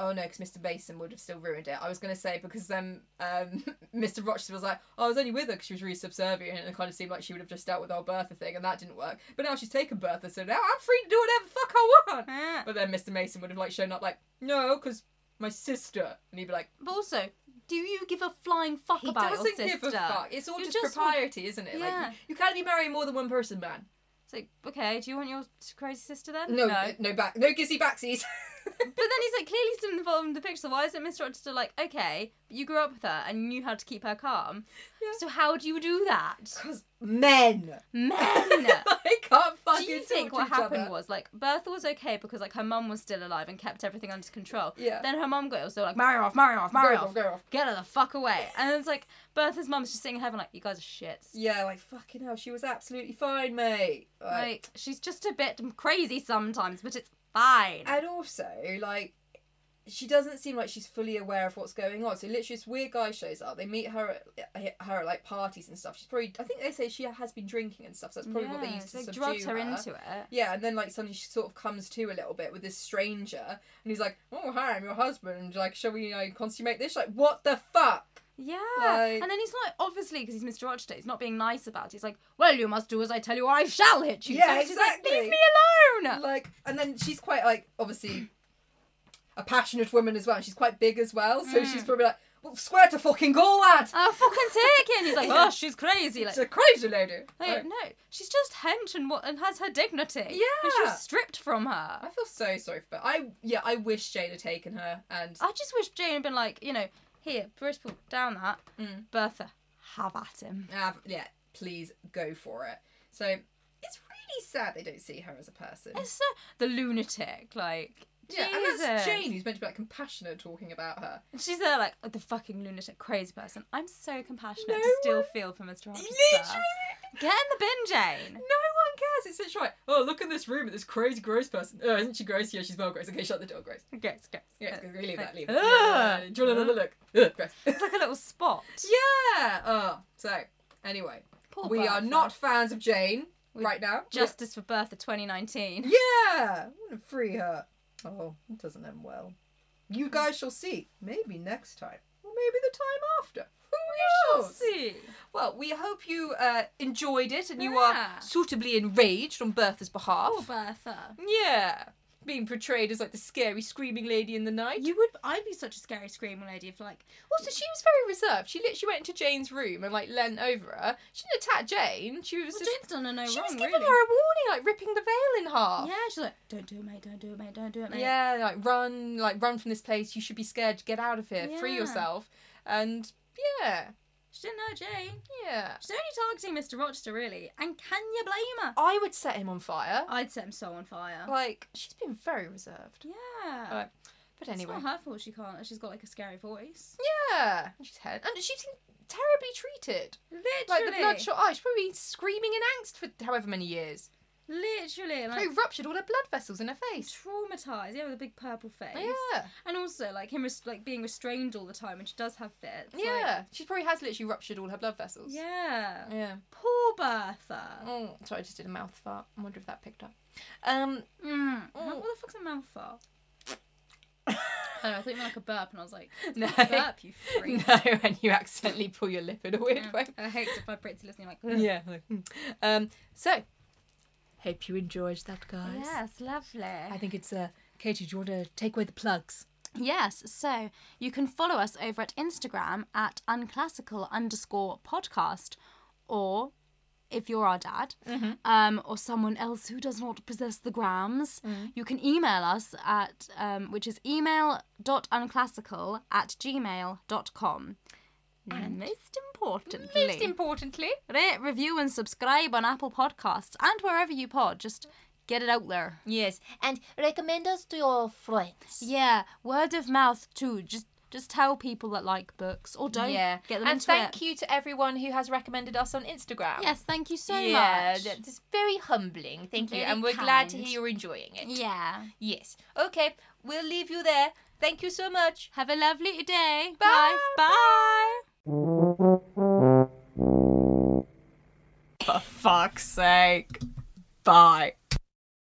S1: oh no, because Mr. Basin would have still ruined it. I was gonna say because um, um *laughs* Mr. Rochester was like, oh, I was only with her because she was really subservient, and it kind of seemed like she would have just dealt with our Bertha thing, and that didn't work. But now she's taken Bertha, so now I'm free to do whatever the fuck I want.
S2: Eh.
S1: But then Mr. Mason would have like shown up like, no, because my sister, and he'd be like,
S2: But also, do you give a flying fuck
S1: he
S2: about
S1: doesn't
S2: your sister?
S1: give a fuck. It's all
S2: You
S1: just,
S2: just want-
S1: propriety, isn't it?
S2: Yeah.
S1: Like you, you can't be marrying more than one person, man.
S2: It's like, okay, do you want your crazy sister then?
S1: No, no, back, no kissy backsies.
S2: *laughs* But then he's like clearly still involved in the picture. So why isn't Mr. Rochester like, okay, but you grew up with her and you knew how to keep her calm.
S1: Yeah.
S2: So how do you do
S1: *laughs*
S2: that?
S1: Because men. *laughs*
S2: Men!
S1: I can't
S2: do
S1: fucking
S2: you think
S1: talk
S2: what
S1: to each
S2: happened
S1: other.
S2: was like Bertha was okay because like her mum was still alive and kept everything under control.
S1: Yeah.
S2: Then her mum got ill, so like marry her off, marry her off, marry her
S1: Go
S2: off,
S1: off, go off.
S2: get her the fuck away. And it's like Bertha's mum's just sitting in heaven like you guys are shits.
S1: Yeah, like fucking hell, she was absolutely fine, mate. Like,
S2: Like she's just a bit crazy sometimes, but it's fine.
S1: and also like. She doesn't seem like she's fully aware of what's going on. So literally, this weird guy shows up. They meet her, at, her at like parties and stuff. She's probably, I think they say she has been drinking and stuff. So that's probably what they
S2: Yeah,
S1: used to
S2: so they
S1: subdue
S2: drugged her into it.
S1: Yeah, and then like suddenly she sort of comes to a little bit with this stranger, and he's like, "Oh, hi, I'm your husband. Like, shall we like consummate this? Like, what the fuck?
S2: Yeah.
S1: Like-
S2: and then he's like, obviously, because he's Mr. Rochester, he's not being nice about it. He's like, well, you must do as I tell you or I shall hit you.
S1: Yeah,
S2: So she's like,
S1: exactly.
S2: leave me alone.
S1: Like, and then she's quite like obviously a passionate woman as well. And she's quite big as well,
S2: Mm.
S1: so she's probably like, well, swear to fucking goal, lad.
S2: Oh, fucking take it!
S1: *laughs*
S2: And he's like, oh, she's crazy. Like,
S1: She's a crazy lady.
S2: Like,
S1: Oh,
S2: no, she's just hench and what and has her dignity. and she
S1: Yeah.
S2: was stripped from her.
S1: I feel so sorry for. I yeah, I wish Jane had taken her and
S2: I just wish Jane had been like, you know, here, Bristol, down that,
S1: Mm.
S2: Bertha, have at him.
S1: have yeah, please go for it. So it's really sad they don't see her as a person.
S2: It's so the lunatic, like.
S1: yeah, and that's
S2: Jesus.
S1: Jane who's meant to be like compassionate talking about her.
S2: And she's there like oh, the fucking lunatic, crazy person. I'm so compassionate
S1: No
S2: to still
S1: one-
S2: feel for Mr. Rochester.
S1: Literally.
S2: Get in the bin, Jane.
S1: No one cares. It's such right. Oh, look in this room at this crazy gross person. Oh, isn't she gross? Yeah, she's well gross. Okay, shut the door, gross.
S2: Gross, gross.
S1: Yeah,
S2: Uh,
S1: leave that, leave
S2: Ugh.
S1: that. Yeah, Uh-huh. yeah, yeah. Do you want another look? *laughs* Ugh, gross.
S2: It's like a little spot.
S1: yeah. Oh, so anyway,
S2: Poor
S1: we are
S2: Bertha.
S1: not fans of Jane
S2: We
S1: right now.
S2: Justice for Bertha 2019.
S1: Yeah, I want to free her. Oh, it doesn't end well. You guys shall see. Maybe next time, or maybe the time after. Who knows?
S2: See.
S1: Well, we hope you uh, enjoyed it and you
S2: Yeah.
S1: are suitably enraged on Bertha's behalf.
S2: Poor Bertha.
S1: yeah, being portrayed as like the scary screaming lady in the night.
S2: You would. I'd be such a scary screaming lady if like.
S1: Also, she was very reserved. She literally went into Jane's room and like leant over her. She didn't attack Jane. She was
S2: Well,
S1: just
S2: Jane's done her no
S1: she
S2: wrong,
S1: was giving
S2: really.
S1: her a warning, like ripping the veil in half.
S2: Yeah, she's like, don't do it, mate. Don't do it, mate. Don't do it, mate.
S1: Yeah, like run, like run from this place. You should be scared. Get out of here. Free
S2: Yeah.
S1: yourself. And yeah,
S2: She didn't hurt Jane.
S1: yeah.
S2: She's only targeting Mr. Rochester, really. And can you blame her?
S1: I would set him on fire.
S2: I'd set him so on fire.
S1: Like she's been very reserved.
S2: Yeah.
S1: Right. But anyway,
S2: It's not her fault she can't. She's got like a scary voice.
S1: yeah. And she's head and she's been terribly treated.
S2: Literally.
S1: Like the bloodshot eye. She's probably been screaming in angst for however many years.
S2: Literally. Like,
S1: Probably ruptured all her blood vessels in her face.
S2: traumatized. Yeah, with a big purple face.
S1: Yeah,
S2: And also, like, him res- like being restrained all the time when she does have fits. like-
S1: yeah. she probably has literally ruptured all her blood vessels.
S2: yeah.
S1: Yeah.
S2: Poor Bertha.
S1: Oh, sorry, I just did a mouth fart. I wonder if that picked up. Um, *laughs*
S2: Mm.
S1: Mm.
S2: What the fuck's a mouthful? I don't know, I thought you meant like a burp, and I was *laughs* like,
S1: no.
S2: burp, you freak.
S1: No, and you accidentally pull your lip in a weird
S2: Yeah.
S1: way.
S2: *laughs* I hate it if my Brits are listening, like, *laughs* "Ugh."
S1: Yeah. like, hmm. Um, so, hope you enjoyed that, guys.
S2: Yes, lovely.
S1: I think it's uh, Katie. Do you want to take away the plugs?
S2: Yes, so you can follow us over at Instagram at unclassical underscore podcast, or if you're our dad um, or someone else who does not possess the grams, you can email us at um, which is email.unclassical at gmail.com. And most importantly,
S1: Most importantly,
S2: rate, review, and subscribe on Apple Podcasts and wherever you pod. Just get it out there.
S1: yes, and recommend us to your friends.
S2: Yeah, word of mouth too. Just just tell people that like books or don't.
S1: yeah,
S2: get them
S1: and
S2: into
S1: thank
S2: it.
S1: you to everyone who has recommended us on Instagram.
S2: Yes, thank you so
S1: yeah,
S2: much.
S1: that's very humbling. Thank you,
S2: Very
S1: and we're glad to
S2: kind.
S1: hear you're enjoying it.
S2: Yeah.
S1: Yes. Okay, we'll leave you there. Thank you so much.
S2: Have a lovely day.
S1: Bye.
S2: Life. Bye.
S1: For fuck's sake. Bye.